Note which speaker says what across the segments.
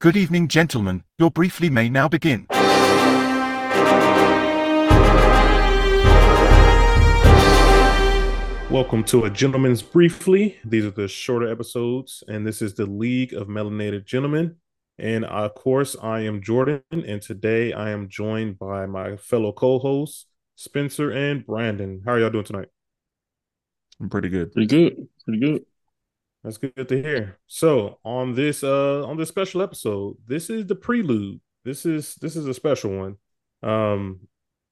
Speaker 1: Good evening, gentlemen. Your briefly may now begin.
Speaker 2: Welcome to a gentleman's briefly. These are the shorter episodes, and this is the League of Melanated Gentlemen. And uh, of course, I am Jordan, and today I am joined by my fellow co-hosts Spencer and Brandon. How are y'all doing tonight?
Speaker 3: I'm pretty good.
Speaker 4: Pretty good. Pretty good.
Speaker 2: That's good to hear. So on this uh on this special episode, this is the prelude. This is this is a special one. Um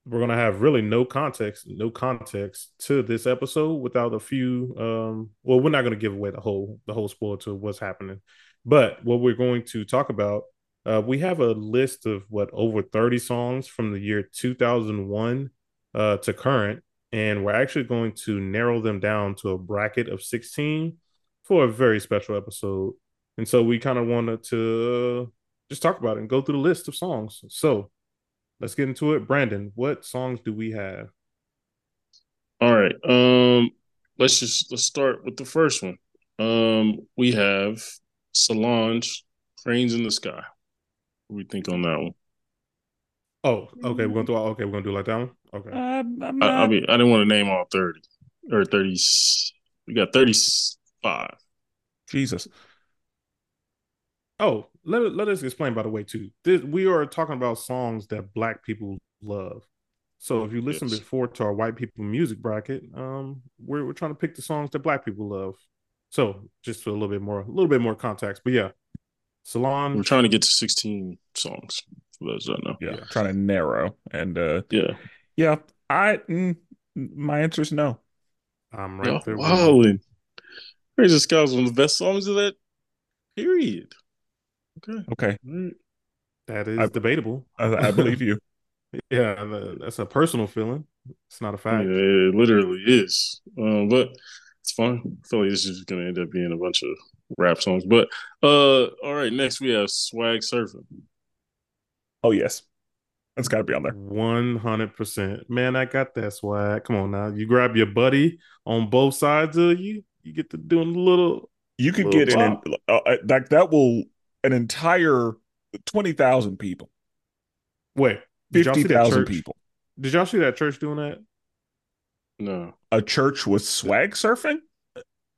Speaker 2: we're gonna have really no context, no context to this episode without a few um well, we're not gonna give away the whole the whole spoiler to what's happening. But what we're going to talk about, uh we have a list of what over 30 songs from the year 2001 uh to current, and we're actually going to narrow them down to a bracket of 16 for a very special episode. And so we kind of wanted to just talk about it and go through the list of songs. So let's get into it. Brandon, what songs do we have?
Speaker 4: All right. Um let's just let's start with the first one. Um we have Solange Cranes in the Sky. What do we think on that one?
Speaker 2: Oh, okay. We're gonna do okay, we're gonna do like that one. Okay.
Speaker 3: I'm, I'm
Speaker 4: I, I
Speaker 3: not-
Speaker 4: mean I didn't want to name all 30 or 30 we got 35.
Speaker 3: Jesus.
Speaker 2: Oh, let, let us explain, by the way, too. This, we are talking about songs that black people love. So if you listen
Speaker 4: Yes.
Speaker 2: before to our white people music bracket, um, we're, we're trying to pick the songs that black people love. So just for a little bit more, a little bit more context. But yeah, Salon,
Speaker 4: We're trying to get to 16 songs for those that know.
Speaker 3: Yeah. Trying to narrow. And uh
Speaker 4: Yeah.
Speaker 3: yeah, I mm, my answer is no.
Speaker 2: I'm right
Speaker 4: Right
Speaker 2: there. with you.
Speaker 4: Wildin'. Crazy Sky was one of the best songs of that period. Okay.
Speaker 3: Okay.
Speaker 4: All right.
Speaker 2: That is
Speaker 3: I-
Speaker 2: debatable.
Speaker 3: I, I believe you.
Speaker 2: Yeah, tha- that's a personal feeling. It's not a fact.
Speaker 4: Yeah, it literally is. Um, but it's fine. I feel like this is gonna end up being a bunch of rap songs. But uh all right, next we have Swag Surfing.
Speaker 3: Oh yes. It's gotta be on there.
Speaker 2: One hundred percent, man. I got that swag. Come on now, you grab your buddy on both sides of you. You get to doing a little.
Speaker 3: You could
Speaker 2: Little
Speaker 3: get an en- uh, uh, like that will an entire twenty thousand people,
Speaker 2: Wait, did y'all see
Speaker 3: fifty
Speaker 2: that
Speaker 3: thousand
Speaker 2: church?
Speaker 3: people.
Speaker 2: Did y'all see that church doing that?
Speaker 4: No.
Speaker 3: A church with swag surfing?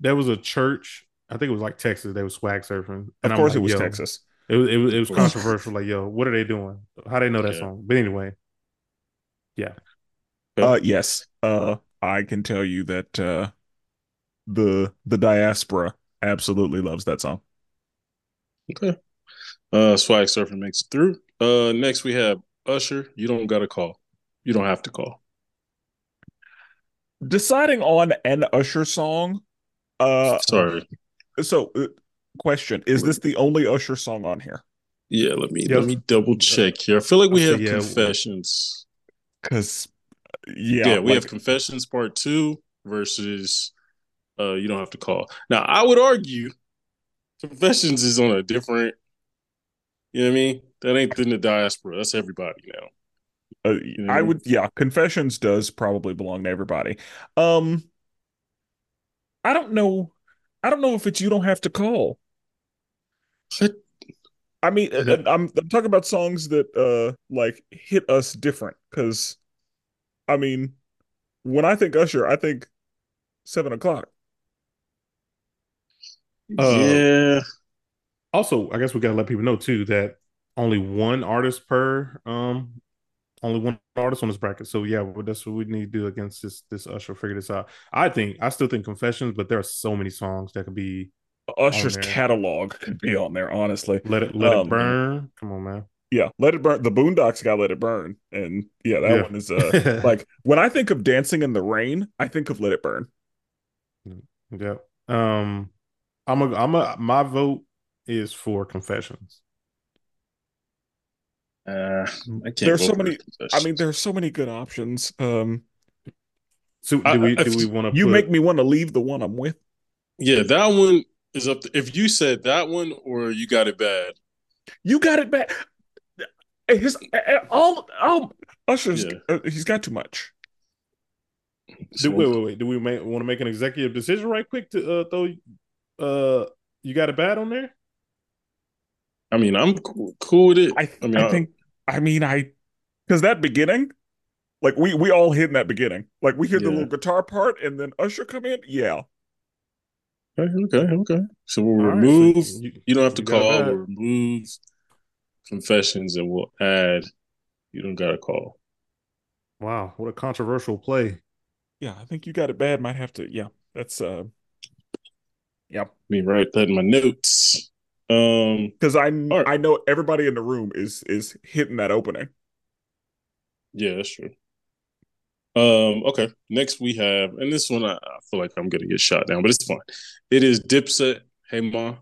Speaker 2: There was a church. I think it was like Texas. They was swag surfing.
Speaker 3: Of
Speaker 2: And I'm
Speaker 3: course,
Speaker 2: like,
Speaker 3: it was
Speaker 2: yo,
Speaker 3: Texas.
Speaker 2: It was it was, it was
Speaker 4: Of course.
Speaker 2: controversial. like, yo, what are they doing? How they know that
Speaker 4: Yeah.
Speaker 2: song? But anyway,
Speaker 3: Uh, yes. Uh, I can tell you that uh, the the diaspora absolutely loves that song.
Speaker 4: Okay. Uh Swag Surfing makes it through. Uh next we have Usher, you don't gotta call. You don't have to call.
Speaker 3: Deciding on an Usher song. Uh,
Speaker 4: Sorry.
Speaker 3: so uh, question: Is this the only Usher song on here?
Speaker 4: Yeah, let me
Speaker 2: Yeah.
Speaker 4: let me double check here. I feel like we
Speaker 2: I
Speaker 4: have
Speaker 2: see, yeah.
Speaker 4: confessions.
Speaker 3: Because
Speaker 4: Yeah,
Speaker 3: yeah,
Speaker 4: we
Speaker 3: like-
Speaker 4: have confessions part two versus uh you don't have to call. Now I would argue confessions is on a different you know what I mean? That ain't in the diaspora. That's everybody now.
Speaker 3: uh,
Speaker 4: know?
Speaker 3: I would yeah, Confessions does probably belong to everybody. Um, I don't know. I don't know if it's you don't have to call.
Speaker 4: What?
Speaker 3: I mean, uh,
Speaker 2: Okay.
Speaker 3: I'm I'm talking about songs that uh like hit us different because, I mean, when I think Usher, I think seven o'clock.
Speaker 2: Uh,
Speaker 4: yeah.
Speaker 2: also, I guess we gotta let people know too that only one artist per um only one artist on this bracket. So yeah, well, that's what we need to do against this this Usher. Figure this out. I think I still think Confessions, but there are so many songs that could be
Speaker 3: Usher's
Speaker 4: Oh,
Speaker 2: there.
Speaker 3: catalog could be on there, honestly.
Speaker 2: Let It Let
Speaker 3: Um,
Speaker 2: It Burn. Come on, man.
Speaker 3: Yeah, Let It Burn. The Boondocks got Let It Burn, and yeah, that
Speaker 2: Yeah.
Speaker 3: one is uh like when I think of Dancing in the Rain, I think of Let It Burn.
Speaker 2: yeah. Um, I'm a I'm a my vote is for Confessions.
Speaker 4: Uh, I can't
Speaker 3: There's
Speaker 4: vote
Speaker 3: so
Speaker 4: for
Speaker 3: many- I
Speaker 4: confessions.
Speaker 3: mean, there are so many good options. Um,
Speaker 2: So do
Speaker 3: I-
Speaker 2: we
Speaker 3: I-
Speaker 2: do we want to
Speaker 3: you make me want to leave the one I'm with.
Speaker 4: yeah, that one is up. To, if you said that one or you got it bad,
Speaker 3: You got it back. Eh, His all, all Usher's,
Speaker 4: Yeah.
Speaker 3: uh, he's got too much.
Speaker 2: do, wait wait wait do we make, want to make an executive decision right quick to uh, throw uh you got a bad on there?
Speaker 4: I mean, I'm cool, cool with it.
Speaker 3: I,
Speaker 4: I
Speaker 3: I,
Speaker 4: mean, I-
Speaker 3: think I mean I because that beginning, like we we all hit in that beginning. Like we hear the
Speaker 4: Yeah.
Speaker 3: little guitar part and then Usher come in. Yeah,
Speaker 4: Okay, okay, okay. So we'll
Speaker 2: All right, so
Speaker 4: remove.
Speaker 2: you-
Speaker 4: you don't have to
Speaker 2: you got
Speaker 4: call.
Speaker 2: that.
Speaker 4: We'll remove confessions, and we'll add. You don't gotta call.
Speaker 2: Wow, what a controversial play.
Speaker 3: yeah. I think you got it bad. Might have to. Yeah, that's uh, yeah.
Speaker 4: Let me write that in my notes. Um,
Speaker 3: Because I
Speaker 4: right.
Speaker 3: I know everybody in the room is is hitting that opening.
Speaker 4: yeah, that's true. Um, okay. Next we have, and this one I, I feel like I'm gonna get shot down, but it's fine. It is Dipset. Hey ma.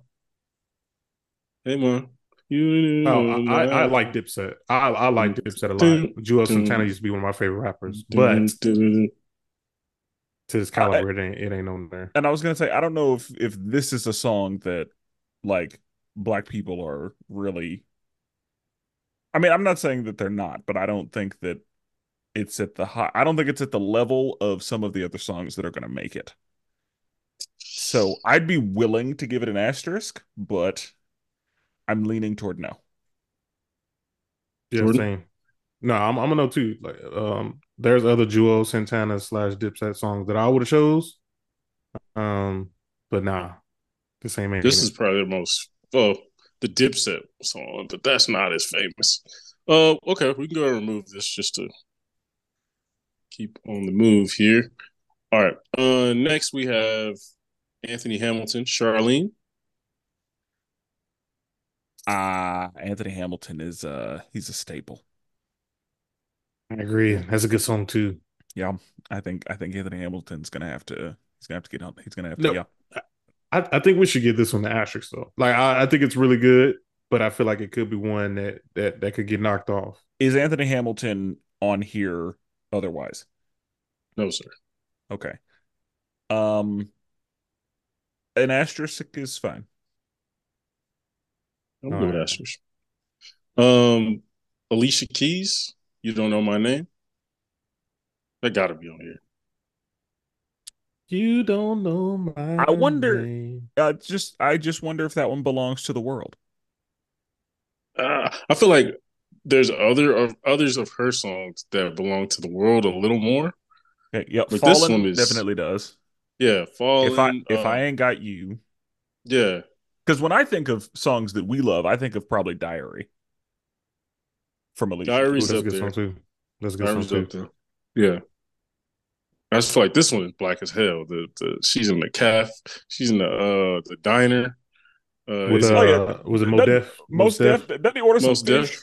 Speaker 4: Hey ma. You
Speaker 2: Oh, I, I, I like Dipset. I, I like
Speaker 4: Mm.
Speaker 2: Dipset a lot.
Speaker 4: Dun,
Speaker 2: Joel
Speaker 4: dun.
Speaker 2: Santana used to be one of my favorite rappers,
Speaker 4: Mm.
Speaker 2: but to this caliber, it ain't, it ain't on there.
Speaker 3: And I was gonna say I don't know if if this is a song that like black people are really. I mean, I'm not saying that they're not, but I don't think that it's at the high. I don't think it's at the level of some of the other songs that are gonna make it. So I'd be willing to give it an asterisk, but I'm leaning toward no.
Speaker 2: Yeah,
Speaker 4: Jordan?
Speaker 2: same. No, I'm I'm a no too. Like, um, there's other Jewel Santana slash Dipset songs that I would have chose. Um, but nah, the same ain't.
Speaker 4: This
Speaker 2: it.
Speaker 4: is probably the most well, the Dipset song, but that's not as famous. Uh, okay, we can go and remove this just to keep on the move here. All right. Uh, next we have Anthony Hamilton, Charlene.
Speaker 3: Ah, Anthony Hamilton is uh he's a staple.
Speaker 2: I agree. That's a good song too.
Speaker 3: I think I think Anthony Hamilton's gonna have to he's gonna have to get on he's gonna have to
Speaker 2: No.
Speaker 3: yeah.
Speaker 2: I, I think we should give this one the asterisk though. Like I, I think it's really good, but I feel like it could be one that that that could get knocked off.
Speaker 3: Is Anthony Hamilton on here otherwise?
Speaker 4: No, sir.
Speaker 3: Okay. Um an asterisk is fine.
Speaker 4: I'm
Speaker 2: All
Speaker 4: good with
Speaker 2: right.
Speaker 4: asterisks. Um, Alicia Keys, you don't know my name. That gotta be on here.
Speaker 2: You don't know my.
Speaker 3: I wonder-
Speaker 2: name.
Speaker 3: Uh just I just wonder if that one belongs to the world.
Speaker 4: Uh, I feel like there's other of others of her songs that belong to the world a little more.
Speaker 3: Okay, yeah,
Speaker 4: But this
Speaker 3: Fallen
Speaker 4: one is-
Speaker 3: definitely does.
Speaker 4: Yeah, falling.
Speaker 3: if I if
Speaker 4: uh,
Speaker 3: I ain't got you,
Speaker 4: yeah,
Speaker 3: because when I think of songs that we love, I think of probably Diary from Alicia.
Speaker 2: Ooh,
Speaker 4: Diary's
Speaker 2: that's a
Speaker 4: up
Speaker 2: good
Speaker 4: there.
Speaker 2: song too. That's a good
Speaker 4: Diary's
Speaker 2: song
Speaker 4: up
Speaker 2: too.
Speaker 4: there. Yeah, I just feel like this one is black as hell. The, the she's in the calf. She's in the uh the diner. Uh,
Speaker 2: With,
Speaker 4: it's
Speaker 2: uh,
Speaker 3: Oh,
Speaker 4: like
Speaker 3: yeah.
Speaker 2: Was it
Speaker 3: That-
Speaker 2: Most Def?
Speaker 3: Most Def, doesn't he order some
Speaker 4: most deaf.
Speaker 3: fish?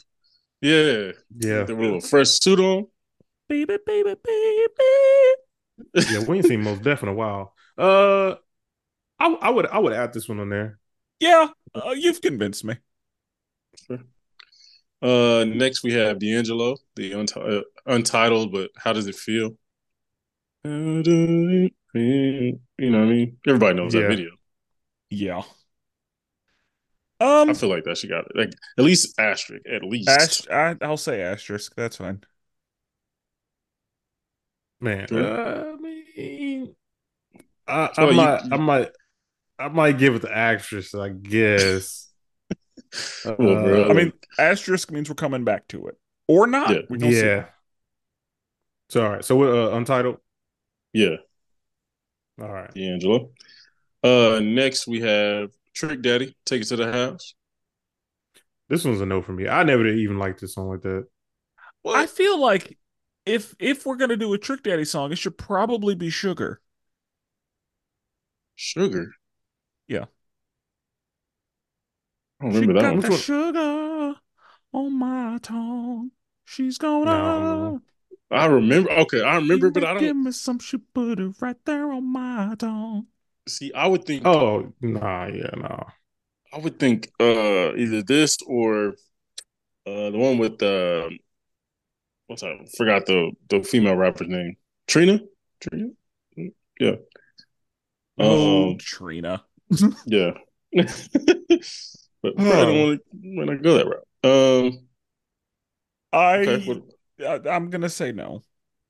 Speaker 4: Yeah,
Speaker 2: Yeah.
Speaker 4: the little fresh suit on.
Speaker 3: Baby, baby, baby.
Speaker 2: yeah, we ain't seen Most Def in a while. Uh, I I would I would add this one on there.
Speaker 3: Yeah, uh, you've convinced me.
Speaker 4: Uh, next we have D'Angelo, the unti- uh, untitled, but how does it feel? How does it feel? You know what I mean? Everybody knows
Speaker 2: Yeah.
Speaker 4: that video.
Speaker 3: Yeah.
Speaker 4: I
Speaker 3: Um,
Speaker 4: feel like that she got it. Like at least asterisk, at least.
Speaker 3: ast- I, I'll say asterisk. That's fine.
Speaker 2: Man,
Speaker 4: Sure.
Speaker 2: uh, I mean, I,
Speaker 4: So
Speaker 2: I
Speaker 4: you-
Speaker 2: might
Speaker 4: you-
Speaker 2: I might I might give it the actress. I guess.
Speaker 4: Well, bro,
Speaker 2: Uh,
Speaker 3: I mean, asterisk means we're coming back to it or not.
Speaker 4: Yeah.
Speaker 3: We gonna see.
Speaker 2: yeah. So all right. So uh, untitled.
Speaker 4: yeah,
Speaker 2: All right.
Speaker 4: D'Angelo. Uh, next we have Trick Daddy, take it to the house.
Speaker 2: This one's a no for me. I never even liked this song like that.
Speaker 3: I feel like if if we're gonna do a Trick Daddy song, it should probably be Sugar.
Speaker 4: Sugar.
Speaker 3: Yeah.
Speaker 4: I don't
Speaker 3: She
Speaker 4: remember that
Speaker 3: got
Speaker 4: one.
Speaker 2: Which
Speaker 3: the
Speaker 2: one?
Speaker 3: sugar on my tongue. She's going
Speaker 2: No.
Speaker 3: on.
Speaker 4: I remember. Okay, I remember, but I
Speaker 3: Give
Speaker 4: don't
Speaker 3: me some. She put it right there on my tongue.
Speaker 4: see. I would think.
Speaker 2: Oh nah, yeah, nah.
Speaker 4: I would think uh either this or uh the one with uh what's I forgot the the female rapper's name. Trina? Trina? Yeah.
Speaker 3: Oh,
Speaker 4: Um
Speaker 3: Trina.
Speaker 4: yeah. but I don't
Speaker 2: Oh.
Speaker 4: want to when I go that route. Um
Speaker 3: I,
Speaker 4: okay, what-
Speaker 3: I Uh, I'm gonna say no.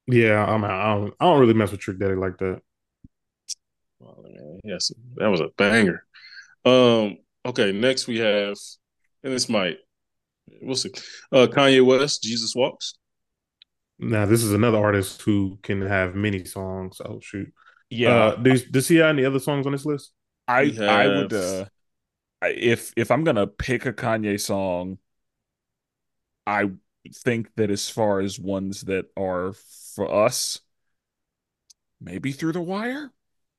Speaker 2: Yeah, I'm out. I don't, I don't really mess with Trick Daddy like that.
Speaker 4: oh, Wow, man, Yes, that was a banger. Um, okay, next we have and this might. We'll see. Uh, Kanye West, Jesus Walks.
Speaker 2: Now this is another artist who can have many songs. Oh shoot.
Speaker 3: Yeah.
Speaker 2: Uh, does does he have any other songs on this list?
Speaker 3: I
Speaker 4: We
Speaker 3: I would
Speaker 4: have-
Speaker 3: uh I- if if I'm gonna pick a Kanye song, I think that as far as ones that are for us, maybe through the wire,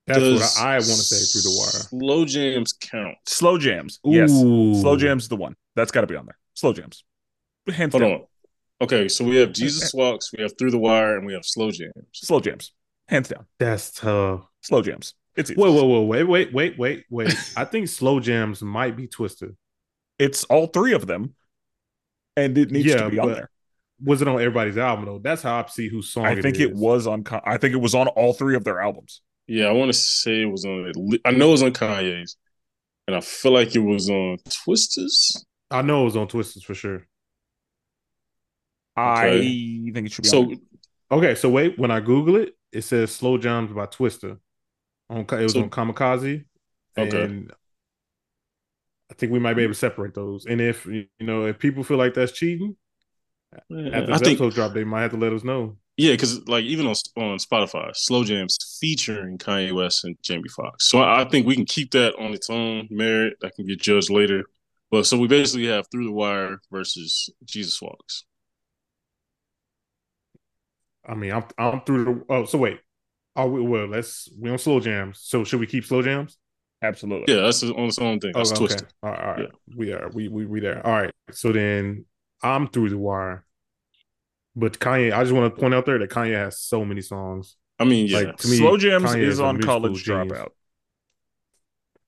Speaker 2: That's
Speaker 4: Does
Speaker 2: what I, I want to say through the wire.
Speaker 4: Slow jams count.
Speaker 3: slow jams. Yes,
Speaker 2: Ooh.
Speaker 3: slow jams the one that's got to be on there. Slow jams, hands
Speaker 4: Hold
Speaker 3: down.
Speaker 4: on. Okay, so we have Jesus Walks, we have Through the Wire, and we have Slow Jams.
Speaker 3: Slow jams, hands down.
Speaker 2: That's tough.
Speaker 3: Slow jams. It's easy.
Speaker 2: Whoa, whoa, whoa, wait, wait, wait, wait, wait. I think slow jams might be twisted.
Speaker 3: It's all three of them, and it needs
Speaker 2: Yeah,
Speaker 3: to be on
Speaker 2: but
Speaker 3: there.
Speaker 2: Was it on everybody's album though? That's how I see whose song.
Speaker 3: I think it,
Speaker 2: is.
Speaker 3: was on. Con- I think it was on all three of their albums.
Speaker 4: Yeah, I want to say it was on. at le- I know it was on Kanye's, and I feel like it was on Twisters.
Speaker 2: I know it was on Twisted's for sure.
Speaker 3: I think it should be. on
Speaker 4: So
Speaker 3: there.
Speaker 2: Okay, so wait, when I Google it, it says slow jams by Twister. On it was
Speaker 4: So-
Speaker 2: on Kamikaze.
Speaker 4: Okay.
Speaker 2: And I think we might be able to separate those. And if you know if people feel like that's cheating, after
Speaker 4: I
Speaker 2: the
Speaker 4: think
Speaker 2: episode drop, they might have to let us know.
Speaker 4: Yeah, because like even on on Spotify, Slow Jams featuring Kanye West and Jamie Foxx. So I, I think we can keep that on its own merit. That can get judged later. But so we basically have Through the Wire versus Jesus Walks.
Speaker 2: I mean, I'm I'm through the oh so wait. Oh we well let's we on slow jams. So should we keep slow jams?
Speaker 3: absolutely.
Speaker 4: Yeah, that's on its own thing.
Speaker 2: Oh,
Speaker 4: That's twisted.
Speaker 2: All right, all right. We are we we we there. All right. So then I'm through the wire. But Kanye, I just want to point out there that Kanye has so many songs.
Speaker 4: I mean, yeah,
Speaker 2: Like, to me,
Speaker 3: Slow Jams
Speaker 2: Kanye
Speaker 3: is
Speaker 2: is a
Speaker 3: on
Speaker 2: musical
Speaker 3: College
Speaker 2: genius.
Speaker 3: Dropout.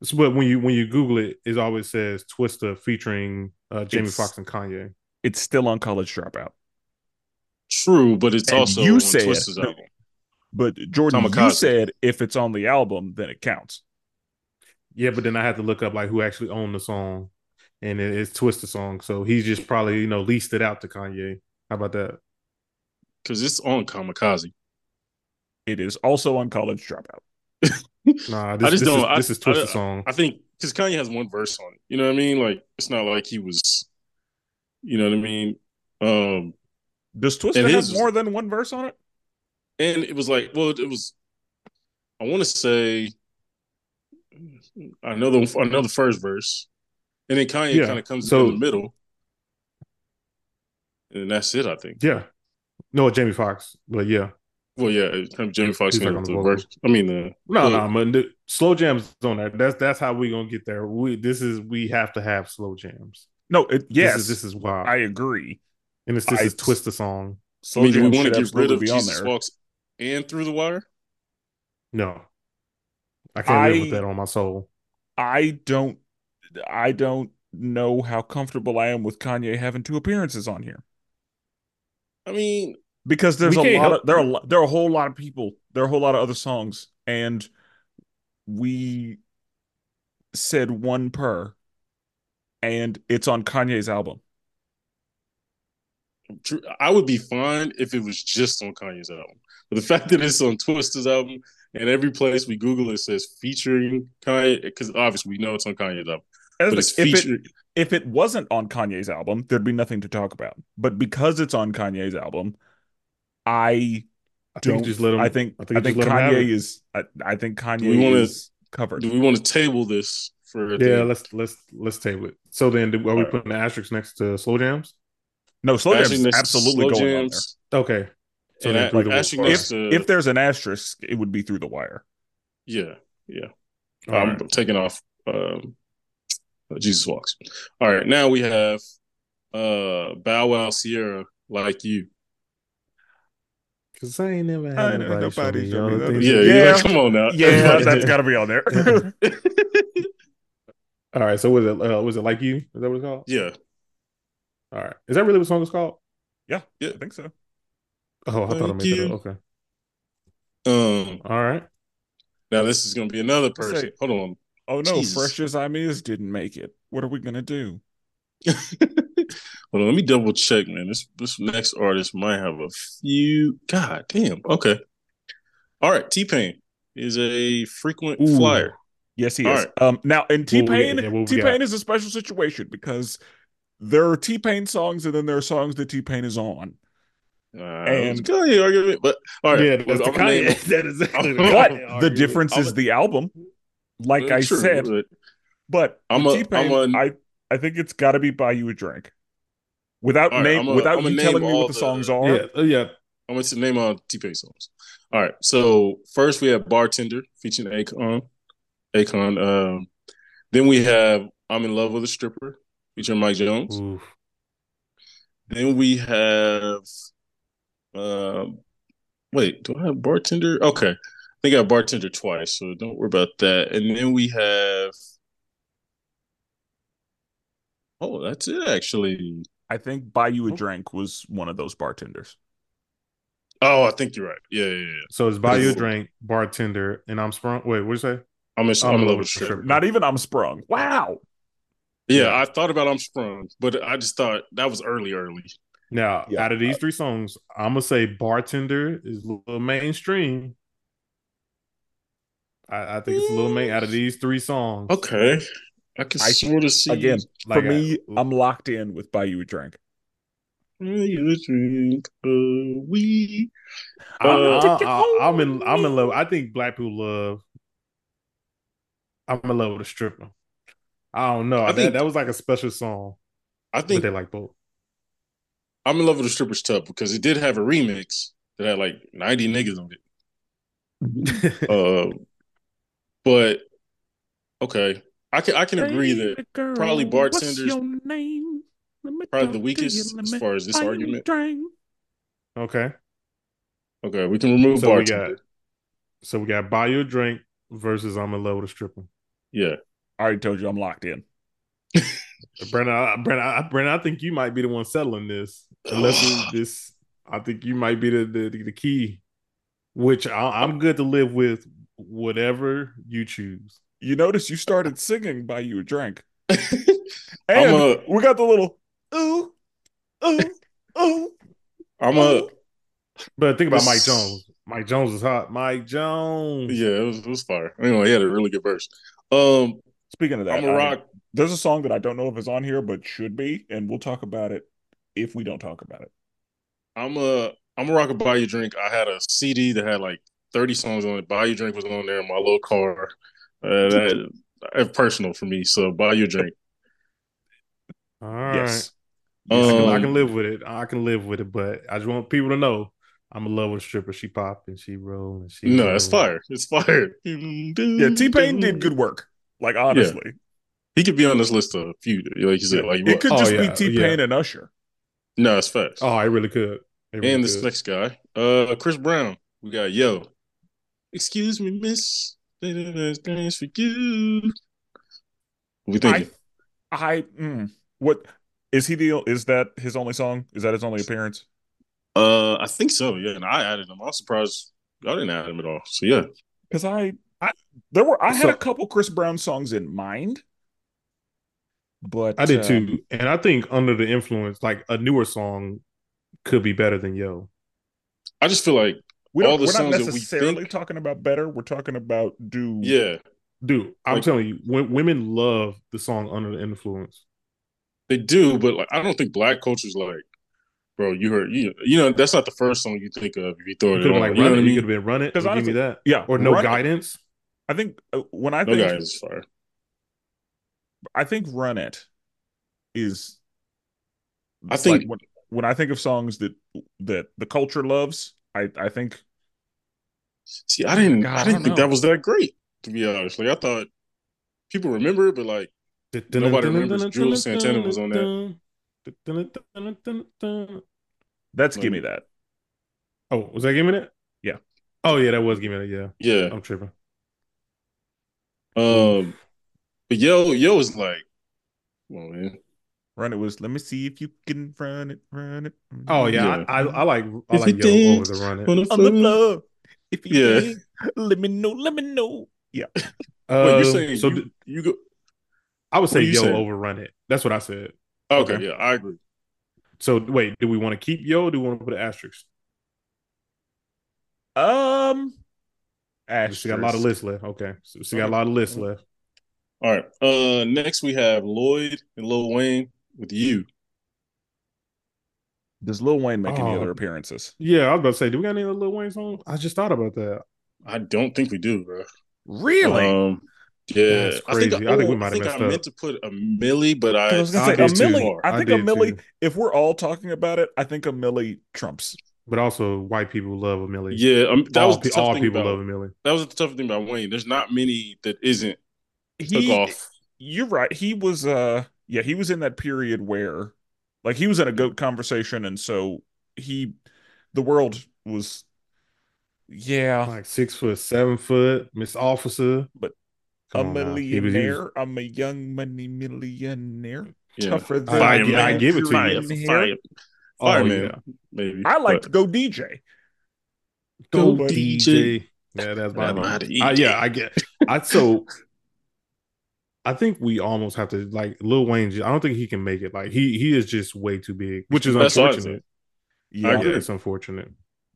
Speaker 2: So, but when you when you Google it, it always says Twista featuring uh, Jamie
Speaker 3: It's-
Speaker 2: Foxx and Kanye.
Speaker 3: It's still on College Dropout.
Speaker 4: true, but it's
Speaker 3: And
Speaker 4: also
Speaker 3: you
Speaker 4: on
Speaker 3: said-
Speaker 4: Twisted's album.
Speaker 3: But Jordan, you
Speaker 4: Kamikaze.
Speaker 3: said if it's on the album, then it counts.
Speaker 2: Yeah, but then I had to look up like who actually owned the song, and it, it's Twista song. So he's just probably you know leased it out to Kanye. How about that?
Speaker 4: because it's on Kamikaze.
Speaker 3: It is also on College Dropout.
Speaker 2: Nah, this, this
Speaker 4: just don't-
Speaker 2: is
Speaker 4: I-
Speaker 2: this is
Speaker 4: I-
Speaker 2: Twista song.
Speaker 4: I think because Kanye has one verse on it. You know what I mean? Like it's not like he was. You know what I mean? Um,
Speaker 3: Does Twister
Speaker 4: It
Speaker 3: have
Speaker 4: is.
Speaker 3: more than one verse on it?
Speaker 4: and it was like, well, it was. I want to say another another first verse, and then Kanye
Speaker 2: Yeah,
Speaker 4: kind of comes
Speaker 2: so-
Speaker 4: in the middle, and that's it. I think.
Speaker 2: yeah, no, Jamie Foxx, but yeah,
Speaker 4: Well, yeah, it kind of Jamie Foxx
Speaker 2: He's
Speaker 4: came
Speaker 2: like on
Speaker 4: with
Speaker 2: the
Speaker 4: the
Speaker 2: vocal.
Speaker 4: verse. I mean, the
Speaker 2: no,
Speaker 4: Yeah.
Speaker 2: no, but the- slow jams is on there. That's that's how we gonna get there. We this is we have to have slow jams.
Speaker 3: No, it, yes,
Speaker 2: this is, this is wild,
Speaker 3: I agree.
Speaker 2: and it's this
Speaker 3: I-
Speaker 2: is Twista song.
Speaker 3: Slow
Speaker 4: I mean, do
Speaker 3: Jams
Speaker 4: we want
Speaker 3: should
Speaker 4: to get rid
Speaker 3: absolutely
Speaker 4: of
Speaker 3: be on
Speaker 4: Jesus
Speaker 3: there.
Speaker 4: Walks and Through the Wire?
Speaker 2: No, I can't live
Speaker 3: I-
Speaker 2: with that on my soul.
Speaker 3: I don't. I don't know how comfortable I am with Kanye having two appearances on here
Speaker 4: I mean,
Speaker 3: because there's
Speaker 2: We
Speaker 3: a
Speaker 2: can't
Speaker 3: lot.
Speaker 2: help-
Speaker 3: Of, there are a lot, there are a whole lot of people. There are a whole lot of other songs, and we said one per, and it's on Kanye's album.
Speaker 4: True. I would be fine if it was just on Kanye's album. But the fact that it's on Twister's album and every place we Google it says featuring Kanye, because obviously we know it's on Kanye's album.
Speaker 3: And
Speaker 4: But
Speaker 3: that's
Speaker 4: it's
Speaker 3: the- if it-
Speaker 4: featured.
Speaker 3: if it wasn't on Kanye's album, there'd be nothing to talk about. But because it's on Kanye's album, I
Speaker 2: I think
Speaker 3: don't.
Speaker 2: you just let him.
Speaker 3: I think. I
Speaker 2: you
Speaker 3: think,
Speaker 2: just let 'em have
Speaker 3: Kanye
Speaker 2: it.
Speaker 3: is. I, I think Kanye
Speaker 4: we wanna-
Speaker 3: is covered.
Speaker 4: Do we want to table this for the-
Speaker 2: Yeah, let's let's let's table it. So then, do- are we
Speaker 4: Alright.
Speaker 2: putting the asterisks next to slow jams?
Speaker 3: no, slow jams
Speaker 4: actually
Speaker 3: is
Speaker 4: next to
Speaker 3: absolutely
Speaker 4: Slow
Speaker 3: going
Speaker 4: Jams,
Speaker 2: Okay. So
Speaker 4: and
Speaker 2: then
Speaker 4: a-
Speaker 2: through the
Speaker 4: actually
Speaker 2: wire.
Speaker 4: next
Speaker 3: on there.
Speaker 4: to-
Speaker 3: If there's an asterisk, it would be through the wire.
Speaker 4: yeah, yeah. I'm
Speaker 2: Alright.
Speaker 4: taking off um, uh, Jesus Walks. All right, now we have uh, Bow Wow Sierra, like you.
Speaker 2: Cause I ain't never
Speaker 3: I
Speaker 2: had
Speaker 3: ain't
Speaker 2: nobody, show
Speaker 3: nobody
Speaker 2: me
Speaker 3: show
Speaker 2: all
Speaker 3: me
Speaker 2: the
Speaker 3: nothing.
Speaker 2: things.
Speaker 4: Yeah,
Speaker 2: you-
Speaker 4: yeah.
Speaker 3: Yeah.
Speaker 4: come on now.
Speaker 3: Yeah, Uh, that's got to be on there.
Speaker 2: All right. So was it uh, was it like you? Is that what it's called?
Speaker 4: yeah.
Speaker 2: All right. Is that really what song it's called?
Speaker 3: yeah,
Speaker 4: Yeah.
Speaker 3: I think so.
Speaker 2: Oh, I thought I
Speaker 4: Like
Speaker 2: made that
Speaker 4: you.
Speaker 2: up. Okay.
Speaker 4: Um,
Speaker 2: All right.
Speaker 4: now this is going to be another
Speaker 3: Let's
Speaker 4: person.
Speaker 3: say-
Speaker 4: Hold on.
Speaker 3: Oh no,
Speaker 4: Jesus.
Speaker 3: fresh as I'm is didn't make it. What are we gonna do?
Speaker 4: Hold on, let me double check, man. This this next artist might have a few. God damn. Okay. All right. T Pain is a frequent
Speaker 2: Ooh.
Speaker 4: flyer.
Speaker 3: Yes, he
Speaker 4: All
Speaker 3: is. Um, now, and T
Speaker 2: What we-
Speaker 3: Pain,
Speaker 2: yeah, what we
Speaker 3: T Pain
Speaker 2: got?
Speaker 3: is a special situation because there are T Pain songs, and then there are songs that T Pain is on.
Speaker 4: Uh,
Speaker 3: And-
Speaker 4: it's Kanye argument, but all right.
Speaker 2: Yeah, that's
Speaker 4: I'm
Speaker 2: the
Speaker 4: gonna name-
Speaker 2: Kanye. That is exactly the
Speaker 4: I'm-
Speaker 3: But
Speaker 2: Kanye
Speaker 3: the
Speaker 2: argument.
Speaker 3: difference
Speaker 4: I'm
Speaker 3: is
Speaker 4: a-
Speaker 3: the album, like I
Speaker 4: True,
Speaker 3: said.
Speaker 4: but
Speaker 3: But
Speaker 4: I'm
Speaker 3: with
Speaker 4: a-
Speaker 3: T-Pain,
Speaker 4: I'm a-
Speaker 3: I I think it's got to be buy you a drink. Without
Speaker 4: All right,
Speaker 3: name,
Speaker 4: I'm a-
Speaker 3: without
Speaker 4: I'm a
Speaker 3: you
Speaker 4: name
Speaker 3: telling me
Speaker 4: all
Speaker 3: what the,
Speaker 4: the-
Speaker 3: songs are.
Speaker 2: Yeah, uh, yeah.
Speaker 4: I'm going to name all T Pain songs. All right. So first we have Bartender featuring Akon. Akon. Um, then we have I'm in Love with a Stripper featuring Mike Jones.
Speaker 2: Oof.
Speaker 4: Then we have, um, wait, do I have bartender? Okay, I think I have bartender twice, so don't worry about that. And then we have, oh, that's it actually.
Speaker 3: I think buy
Speaker 2: Oh.
Speaker 3: you a drink was one of those bartenders.
Speaker 4: Oh, I think you're right. Yeah, yeah, yeah.
Speaker 2: So it's buy you a
Speaker 4: Oof.
Speaker 2: drink, bartender, and I'm sprung. Wait, what did you say?
Speaker 4: I'm in, I'm in love with
Speaker 2: Stripper.
Speaker 4: stripper.
Speaker 3: Not even I'm sprung. Wow.
Speaker 4: Yeah, I thought about I'm sprung, but I just thought that was early, early.
Speaker 2: Now,
Speaker 3: Yeah.
Speaker 2: out of
Speaker 4: uh,
Speaker 2: these three songs, I'm gonna say "Bartender" is a little mainstream. I, I think it's a little main out of these three songs.
Speaker 4: Okay, I can
Speaker 3: I-
Speaker 4: sort of see
Speaker 3: Again,
Speaker 2: Like, uh,
Speaker 3: for me,
Speaker 2: I,
Speaker 3: I, am locked in with buy you a drink.
Speaker 4: You drink, uh, we.
Speaker 2: I'm,
Speaker 4: uh,
Speaker 2: I- I- I'm in, I'm in love. I think black people love. I'm in love with a stripper. I don't know.
Speaker 4: I
Speaker 2: that,
Speaker 4: think-
Speaker 2: that was like a special song,
Speaker 4: I
Speaker 2: but
Speaker 4: think
Speaker 2: they like both.
Speaker 4: I'm in love with the stripper's tub because it did have a remix that had like 90 niggas on it. Uh, but okay, I can I can agree that probably bartenders-
Speaker 3: name? Let me
Speaker 4: probably
Speaker 3: talk
Speaker 4: the
Speaker 3: to
Speaker 4: weakest
Speaker 3: you. Let
Speaker 4: as
Speaker 3: me
Speaker 4: far as this
Speaker 3: buy you a
Speaker 4: argument.
Speaker 3: drink.
Speaker 2: Okay,
Speaker 4: Okay, we can remove
Speaker 2: So we
Speaker 4: bartender.
Speaker 2: so we got "Buy You a Drink" versus "I'm in love with a stripper."
Speaker 4: Yeah,
Speaker 3: I already told you I'm locked in.
Speaker 2: Brenna, I- Brenna, I- Brenna, I think you might be the one settling this. Unless
Speaker 4: Oh.
Speaker 2: it- this, I think you might be the the, the key. Which I, I'm good to live with, whatever you choose.
Speaker 3: You notice you started singing buy you a drink.
Speaker 4: I'm
Speaker 3: And
Speaker 4: a-
Speaker 3: we got the little ooh, ooh, ooh.
Speaker 4: I'm a
Speaker 2: But think about Mike
Speaker 4: This-
Speaker 2: Jones. Mike Jones is hot. Mike Jones.
Speaker 4: yeah, it was, it was fire. Anyway, he had a really good verse. Um,
Speaker 3: Speaking of that,
Speaker 4: I'm a
Speaker 3: I-
Speaker 4: rock.
Speaker 3: there's a song that I don't know if it's on here, but should be, and we'll talk about it if we don't talk about it.
Speaker 4: I'm a I'm a rock a buy you a drink. I had a CD that had like 30 songs on it. Buy you a drink was on there in my little car. Uh, that, that's personal for me. So buy you a drink.
Speaker 2: All right.
Speaker 3: yes.
Speaker 2: I, can, I
Speaker 4: Um,
Speaker 2: can live with it. I can live with it. But I just want people to know I'm in love with a stripper. She pop and she roll and she.
Speaker 4: No, it's
Speaker 2: roll.
Speaker 4: fire. It's fire.
Speaker 3: Yeah,
Speaker 4: Yeah,
Speaker 3: T Pain did good work. Like honestly,
Speaker 4: He could be on this list of a few, like you said. Like,
Speaker 3: it could
Speaker 2: Oh,
Speaker 3: just
Speaker 2: yeah,
Speaker 3: be T Pain and Usher.
Speaker 4: no, it's facts.
Speaker 2: Oh, I really could. It really
Speaker 4: and this
Speaker 2: could.
Speaker 4: next guy, uh, Chris Brown. We got yo. Excuse me, miss. Thanks for you. What we thinking?
Speaker 3: I, I mm, what is he the is that his only song? Is that his only appearance?
Speaker 4: uh, I think so. Yeah, and I added him. I'm surprised y'all didn't add him at all. So yeah,
Speaker 3: Because I, I there were I had
Speaker 2: So-
Speaker 3: a couple Chris Brown songs in mind, but
Speaker 2: I did
Speaker 3: uh,
Speaker 2: too. And I think under the influence, like a newer song could be better than Yo.
Speaker 4: I just feel like
Speaker 3: we
Speaker 4: All
Speaker 3: don't,
Speaker 4: the
Speaker 3: we're not
Speaker 4: songs that we
Speaker 3: necessarily
Speaker 4: think-
Speaker 3: talking about better. We're talking about do
Speaker 4: yeah,
Speaker 2: Dude, I'm
Speaker 4: Like-
Speaker 2: telling you, w- women love the song Under the Influence.
Speaker 4: they do, but like I don't think black culture's like, bro. You heard you you know that's not the first song you think of if you throw
Speaker 2: You
Speaker 4: it
Speaker 2: could have
Speaker 4: on.
Speaker 2: been like
Speaker 4: you know
Speaker 2: Run
Speaker 4: what
Speaker 2: It,
Speaker 4: I
Speaker 2: you
Speaker 4: mean?
Speaker 2: could have been Run It,
Speaker 3: 'Cause
Speaker 2: or give
Speaker 3: honestly-
Speaker 2: me that.
Speaker 3: yeah
Speaker 2: Or No
Speaker 3: Run It.
Speaker 2: Guidance.
Speaker 3: I think uh, when I
Speaker 4: No
Speaker 3: think
Speaker 4: guys, is fire.
Speaker 3: I think Run It is
Speaker 4: I think-
Speaker 3: when, when I think of songs that that the culture loves, I I think
Speaker 4: See, I didn't,
Speaker 3: God, I
Speaker 4: I didn't
Speaker 3: don't
Speaker 4: think
Speaker 3: know.
Speaker 4: that was that great. To be honest, like I thought people remember, it, but like Nobody remembers Drew Santana was on
Speaker 2: that.
Speaker 3: that's
Speaker 4: Like-
Speaker 3: give me that.
Speaker 2: Oh, was that giving it?
Speaker 3: Yeah.
Speaker 2: Oh yeah, that was giving it. Yeah,
Speaker 4: yeah,
Speaker 2: I'm tripping. Oh, mm.
Speaker 4: um, but yo, yo was like, come on, man,
Speaker 3: Run It was let me see if you can run it, run it. run
Speaker 2: Oh
Speaker 3: it."
Speaker 2: yeah,
Speaker 4: Yeah.
Speaker 2: I, I, I like I
Speaker 4: If
Speaker 2: like
Speaker 4: you
Speaker 2: Yo
Speaker 4: dance
Speaker 2: over the Run It.
Speaker 4: on the
Speaker 3: on
Speaker 4: floor.
Speaker 3: the floor. If you
Speaker 4: Yeah.
Speaker 3: did, let me know, let me know.
Speaker 4: Wait,
Speaker 2: Um,
Speaker 4: you're saying
Speaker 2: so?
Speaker 4: you,
Speaker 2: d-
Speaker 4: you go?
Speaker 2: I would say
Speaker 4: what you
Speaker 2: Yo
Speaker 4: saying?
Speaker 2: over Run It. That's what I said.
Speaker 4: oh, Okay,
Speaker 2: Okay.
Speaker 4: yeah, I agree.
Speaker 2: So wait, do we want to keep yo? Or do we want to put an asterisk?
Speaker 3: Um,
Speaker 2: She got a lot of
Speaker 3: asterisk.
Speaker 2: lists left. Okay, so she got a lot of lists left.
Speaker 4: All right, uh, next we have Lloyd and Lil Wayne with you.
Speaker 3: Does Lil Wayne make any
Speaker 2: Oh.
Speaker 3: other appearances?
Speaker 2: Yeah, I was about to say, do we got any other Lil Wayne songs? I just thought about that.
Speaker 4: I don't think we do, bro.
Speaker 3: Really?
Speaker 4: Um, yeah,
Speaker 2: That's
Speaker 4: I think,
Speaker 2: crazy. I think we
Speaker 4: oh,
Speaker 2: might have
Speaker 4: think
Speaker 2: messed
Speaker 4: I
Speaker 2: up.
Speaker 4: meant to put a milli, but I,
Speaker 3: I was
Speaker 2: I
Speaker 3: gonna say a
Speaker 2: did too.
Speaker 3: Millie. I
Speaker 2: I
Speaker 3: think a
Speaker 2: did
Speaker 3: Millie.
Speaker 2: too.
Speaker 3: If we're all talking about it, I think a Millie trumps.
Speaker 2: But also, white people love a Millie.
Speaker 4: yeah, um, that
Speaker 2: all,
Speaker 4: was the
Speaker 2: pe-
Speaker 4: tough
Speaker 2: all
Speaker 4: thing
Speaker 2: people
Speaker 4: about,
Speaker 2: love a Millie.
Speaker 4: that was the tough thing about Wayne. There's not many that isn't took
Speaker 3: He,
Speaker 4: off.
Speaker 3: you're right. He was. Uh, yeah, he was in that period where, like, he was in a goat conversation, and so he, the world was, yeah,
Speaker 2: Like six foot, seven foot, Miss Officer.
Speaker 3: But
Speaker 2: Come
Speaker 3: a
Speaker 2: on now. He was- he was-
Speaker 3: millionaire. I'm a young money millionaire.
Speaker 4: Yeah.
Speaker 3: Tougher than
Speaker 2: I gi- I give it to you.
Speaker 4: Fire,
Speaker 3: Green hair.
Speaker 4: fire,
Speaker 2: oh,
Speaker 4: fireman,
Speaker 2: yeah.
Speaker 4: maybe.
Speaker 3: I like to go DJ.
Speaker 2: Go,
Speaker 4: Go
Speaker 2: DJ. Yeah, that's my
Speaker 4: That
Speaker 2: mom.
Speaker 4: might eat
Speaker 2: I, yeah,
Speaker 4: it.
Speaker 2: I get. I so. I think we almost have to like Lil Wayne. I don't think he can make it. Like he he is just way too big, which is
Speaker 4: That's what I said.
Speaker 2: unfortunate.
Speaker 3: Yeah.
Speaker 4: I
Speaker 2: I
Speaker 4: agree.
Speaker 2: think it's unfortunate.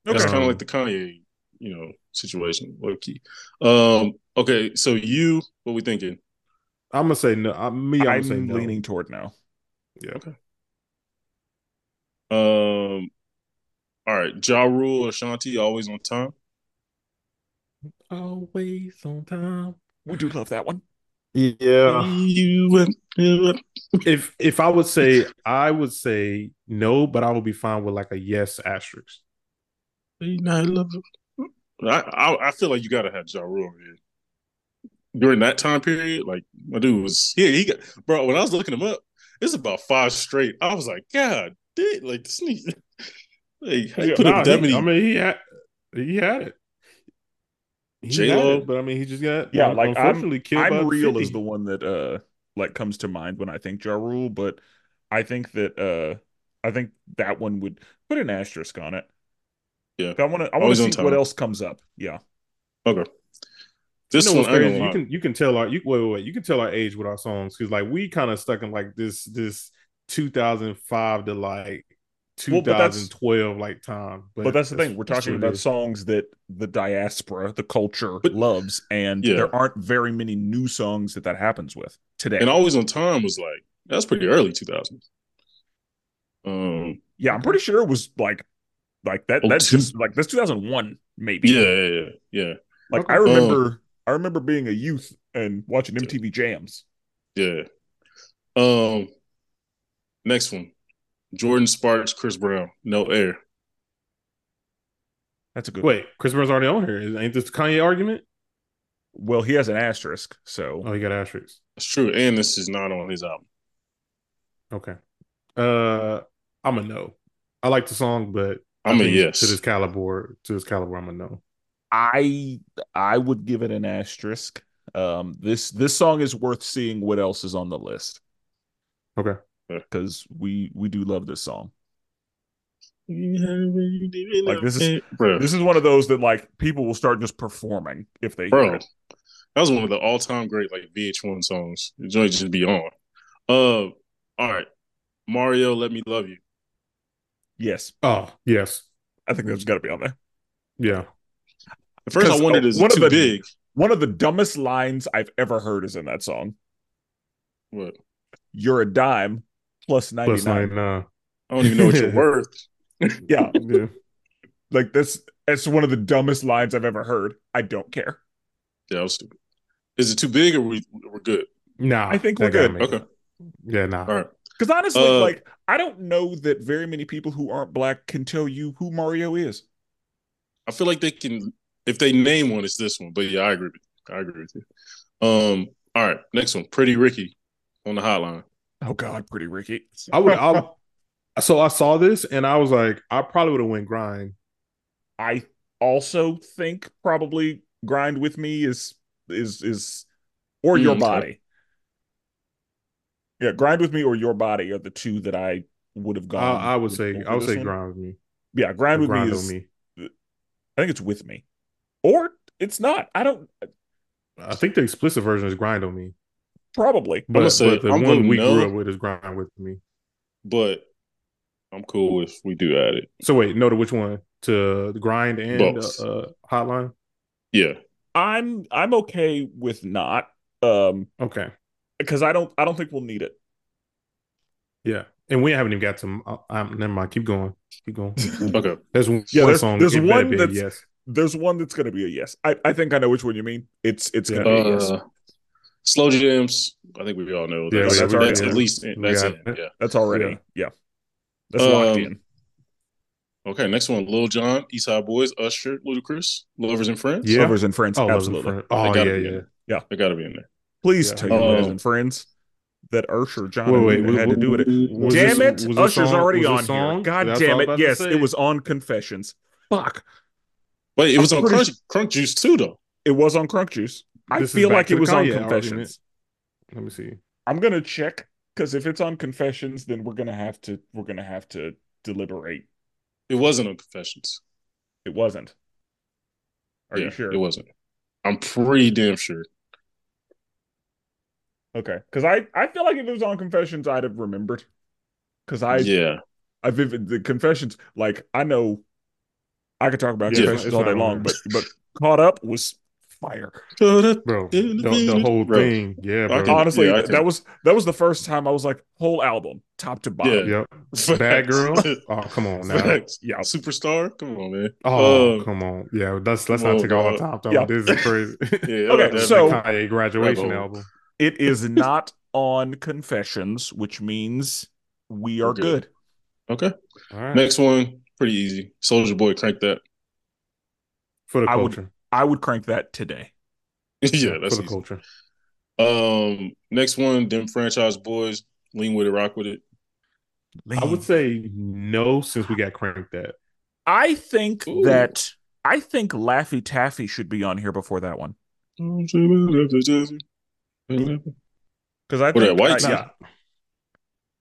Speaker 4: That's
Speaker 3: Okay.
Speaker 4: kind of like the Kanye, you know, situation, low key. Um, okay, so you, what we thinking?
Speaker 2: I'm gonna say no. I, me, I'm, gonna say
Speaker 3: I'm
Speaker 2: no.
Speaker 3: leaning toward no.
Speaker 4: Um, all right, Ja Rule or Shanti always on time.
Speaker 2: Always on time.
Speaker 3: We do love that one.
Speaker 2: Yeah.
Speaker 4: You and-
Speaker 2: If if I would say, I would say no, but I would be fine with like a yes asterisk.
Speaker 4: I love you. I, I I feel like you gotta have Ja Rule over here. During that time period, like my dude was yeah, he got bro. When I was looking him up, it's about five straight. I was like, God, did like this nigga- like how you
Speaker 2: Yeah,
Speaker 4: put
Speaker 2: nah,
Speaker 4: up
Speaker 2: he-
Speaker 4: that many
Speaker 2: I mean, he had he had it. He
Speaker 4: J-Lo.
Speaker 2: had it, but I mean, he just got
Speaker 3: Yeah,
Speaker 2: un-
Speaker 3: like, I'm-
Speaker 2: unfortunately killed by
Speaker 3: I'm real is
Speaker 2: 50.
Speaker 3: the one that uh like comes to mind when I think Ja Rule, but I think that uh I think that one would put an asterisk on it.
Speaker 4: Yeah.
Speaker 3: I want to I want
Speaker 4: Always on
Speaker 3: to see what
Speaker 4: time.
Speaker 3: else comes up. Yeah.
Speaker 4: This
Speaker 2: you know
Speaker 4: one,
Speaker 2: what's
Speaker 4: I
Speaker 2: crazy?
Speaker 4: ain't gonna
Speaker 2: You
Speaker 4: lie.
Speaker 2: can you can tell our you wait wait, wait you can tell our age with our songs because like we kind of stuck in like this this 2005 to like
Speaker 3: Well, but that's-
Speaker 2: 2012 like time.
Speaker 3: But, that's the thing. We're
Speaker 2: that's
Speaker 3: talking
Speaker 2: what it
Speaker 3: about
Speaker 2: is.
Speaker 3: songs that the diaspora, the culture
Speaker 4: But-
Speaker 3: loves and
Speaker 4: Yeah.
Speaker 3: there aren't very many new songs that that happens with today.
Speaker 4: and always on time was like that's pretty early 2000s. Um,
Speaker 3: yeah, I'm pretty sure it was like like that
Speaker 4: Oh,
Speaker 3: that's
Speaker 4: two-
Speaker 3: just like that's 2001 maybe.
Speaker 4: yeah, yeah, yeah, yeah,
Speaker 3: Like
Speaker 2: Okay.
Speaker 3: I remember I remember being a youth and watching MTV Jams.
Speaker 4: yeah. Um, next one, Jordan Sparks, Chris Brown, no air.
Speaker 3: That's a good
Speaker 2: Wait, Chris Brown's already on here. Is- Ain't this the Kanye argument?
Speaker 3: Well, he has an asterisk, so
Speaker 2: Oh, he got asterisks.
Speaker 4: That's true, and this is not on his album.
Speaker 2: Okay. Uh, I'm a no. I like the song, but I
Speaker 4: I'm a
Speaker 2: think
Speaker 4: yes.
Speaker 2: to this caliber. To this caliber, I'm a no.
Speaker 3: I I would give it an asterisk. Um, this this song is worth seeing what else is on the list.
Speaker 2: Okay.
Speaker 3: because we we do love this song.
Speaker 4: Like
Speaker 3: this is-
Speaker 4: bro,
Speaker 3: This is one of those that like people will start just performing if they hear
Speaker 4: bro.
Speaker 3: it.
Speaker 4: That was one of the all-time great like VH1 songs. The joint just be on. Uh, all right, Mario, let me love you.
Speaker 3: Yes,
Speaker 2: Oh yes,
Speaker 3: I think that's got to be on there.
Speaker 2: yeah.
Speaker 4: At first, I
Speaker 3: 'Cause, uh,
Speaker 4: wondered is
Speaker 3: one
Speaker 4: it
Speaker 3: of
Speaker 4: too
Speaker 3: the-
Speaker 4: big?
Speaker 3: One of the dumbest lines I've ever heard is in that song.
Speaker 4: What?
Speaker 3: You're a dime plus ninety
Speaker 2: Plus
Speaker 3: nine.
Speaker 2: nine, uh,
Speaker 4: I don't even know what you're worth.
Speaker 3: Yeah,
Speaker 2: yeah.
Speaker 3: like this. It's one of the dumbest lines I've ever heard. I don't care.
Speaker 4: Yeah, that was stupid. Is it too big or we we're good?
Speaker 2: Nah,
Speaker 3: I think
Speaker 2: that
Speaker 3: we're good.
Speaker 2: gotta make
Speaker 4: Okay.
Speaker 2: it. Yeah, nah.
Speaker 4: All right.
Speaker 3: Because honestly,
Speaker 4: Uh,
Speaker 3: like I don't know that very many people who aren't black can tell you who Mario is.
Speaker 4: I feel like they can if they name one, it's this one. But yeah, I agree with you. I agree with you. Um, all right, next one. Pretty Ricky on the hotline.
Speaker 3: Oh God, pretty Ricky.
Speaker 2: I would. I, would- so I saw this and I was like, I probably would have went grind.
Speaker 3: I also think probably grind with me is is is or your
Speaker 4: Mm, okay.
Speaker 3: body. Yeah, grind with me or your body are the two that I would have
Speaker 2: I,
Speaker 3: gone.
Speaker 2: I would say.
Speaker 3: over
Speaker 2: I would
Speaker 3: this
Speaker 2: say
Speaker 3: one.
Speaker 2: grind with me.
Speaker 3: Yeah, grind with
Speaker 2: Grind
Speaker 3: me
Speaker 2: on
Speaker 3: is.
Speaker 2: me.
Speaker 3: I think it's with me, or it's not. I don't
Speaker 2: I think the explicit version is grind on me,
Speaker 3: probably.
Speaker 2: but,
Speaker 4: say-
Speaker 2: but the
Speaker 4: I'm
Speaker 2: one
Speaker 4: voting
Speaker 2: we
Speaker 4: no.
Speaker 2: grew up with is grind with me.
Speaker 4: But I'm cool if we do add it.
Speaker 2: So wait, no to which one? To grind and
Speaker 4: Both.
Speaker 2: uh, uh, hotline.
Speaker 4: Yeah.
Speaker 3: I'm I'm okay with not. Um,
Speaker 2: Okay.
Speaker 3: because I don't I don't think we'll need it.
Speaker 2: Yeah, and we haven't even got to. I, I'm, never mind. Keep going. Keep going.
Speaker 4: Okay.
Speaker 2: There's one
Speaker 3: Yeah, there's-
Speaker 2: song.
Speaker 3: there's
Speaker 2: it better
Speaker 3: one
Speaker 2: be a
Speaker 3: that's-
Speaker 2: yes.
Speaker 3: There's one that's gonna be a yes. I, I think I know which one you mean. It's it's
Speaker 2: Yeah.
Speaker 3: gonna be a yes.
Speaker 4: Uh, slow jams. I think we all know.
Speaker 2: Yeah,
Speaker 4: That's,
Speaker 3: yeah, we
Speaker 4: that's
Speaker 3: already
Speaker 4: at
Speaker 2: know.
Speaker 4: least
Speaker 2: We
Speaker 4: that's
Speaker 2: got
Speaker 4: it.
Speaker 2: it.
Speaker 4: Yeah.
Speaker 3: That's already
Speaker 2: Yeah.
Speaker 3: yeah. That's locked
Speaker 4: Um,
Speaker 3: in.
Speaker 4: Okay. Next one: Lil Jon, Eastside Boys, Usher, Ludacris, Lovers and Friends.
Speaker 2: Yeah.
Speaker 3: Lovers and friends,
Speaker 2: Oh, Love and
Speaker 3: absolutely.
Speaker 2: Friend-
Speaker 4: They
Speaker 2: Oh
Speaker 4: gotta
Speaker 2: yeah,
Speaker 4: be
Speaker 2: yeah.
Speaker 4: in. They gotta be in there.
Speaker 3: Please
Speaker 2: Yeah.
Speaker 3: tell you, lovers
Speaker 4: Um,
Speaker 3: and friends, that Ursher John
Speaker 2: Wait, wait,
Speaker 3: had to do it.
Speaker 2: was
Speaker 3: Damn
Speaker 2: this-
Speaker 3: it,
Speaker 2: was this
Speaker 3: Usher's
Speaker 2: song-
Speaker 3: already
Speaker 2: was this
Speaker 3: on
Speaker 2: song?
Speaker 3: here. God
Speaker 2: That's what I
Speaker 3: damn
Speaker 2: was
Speaker 3: it!
Speaker 2: about to
Speaker 3: Yes,
Speaker 2: say.
Speaker 3: it was on Confessions. Fuck,
Speaker 4: Wait, it was
Speaker 3: I'm
Speaker 4: on
Speaker 3: pretty
Speaker 4: Crunch, Crunk Juice too, though.
Speaker 3: it was on Crunk Juice. I
Speaker 2: This is
Speaker 3: feel
Speaker 2: back
Speaker 3: like
Speaker 2: to
Speaker 3: it
Speaker 2: the
Speaker 3: was on
Speaker 2: Kanye argument.
Speaker 3: Confessions.
Speaker 2: Let me see.
Speaker 3: I'm gonna check because if it's on Confessions, then we're gonna have to we're gonna have to deliberate.
Speaker 4: It wasn't on Confessions.
Speaker 3: It wasn't. Are
Speaker 4: Yeah,
Speaker 3: you sure?
Speaker 4: It wasn't. I'm pretty damn sure.
Speaker 3: Okay, because I I feel like if it was on Confessions, I'd have remembered. Because I
Speaker 4: yeah.
Speaker 3: I vivid the confessions. Like I know, I could talk about
Speaker 2: Yeah, it's
Speaker 3: confessions
Speaker 2: not-
Speaker 3: all
Speaker 2: it's
Speaker 3: day
Speaker 2: not
Speaker 3: long,
Speaker 2: on
Speaker 3: but
Speaker 2: there.
Speaker 3: but caught up was fire.
Speaker 2: Bro,
Speaker 4: Yeah,
Speaker 2: the, the whole
Speaker 4: bro.
Speaker 2: thing. Yeah,
Speaker 4: I
Speaker 2: bro.
Speaker 4: can-
Speaker 3: Honestly,
Speaker 4: yeah, I
Speaker 3: th- that was that was the first time I was like whole album, top to bottom.
Speaker 2: Yep.
Speaker 4: Facts.
Speaker 2: Bad girl. Oh, come on now.
Speaker 4: Facts.
Speaker 3: Yeah,
Speaker 4: Superstar. Come on, man.
Speaker 2: Oh,
Speaker 4: Uh,
Speaker 2: come on. Yeah, that's let's not
Speaker 4: come on,
Speaker 2: take all our
Speaker 4: dog.
Speaker 2: time.
Speaker 3: Yeah.
Speaker 2: Yeah. This is crazy.
Speaker 4: Yeah.
Speaker 3: Okay,
Speaker 4: that'd be
Speaker 3: so-
Speaker 4: cool.
Speaker 2: Kanye graduation
Speaker 4: Rebel.
Speaker 2: album.
Speaker 3: it is not on Confessions, which means we
Speaker 4: We're
Speaker 3: are
Speaker 4: good.
Speaker 3: good.
Speaker 4: okay.
Speaker 2: All right.
Speaker 4: Next one, pretty easy. Soldier Boy, crank that.
Speaker 2: for the
Speaker 3: I would-
Speaker 2: culture.
Speaker 3: I would crank that today.
Speaker 4: yeah, that's
Speaker 2: for the
Speaker 4: easy.
Speaker 2: culture.
Speaker 4: Um, next one, them franchise boys, lean with it, rock with it.
Speaker 2: I would say no since we got cranked that.
Speaker 3: I think
Speaker 4: Ooh.
Speaker 3: that I think Laffy Taffy should be on here before that one
Speaker 4: Yeah,
Speaker 3: because I
Speaker 4: What,
Speaker 3: think
Speaker 4: that white
Speaker 3: I-
Speaker 4: tee?
Speaker 3: yeah,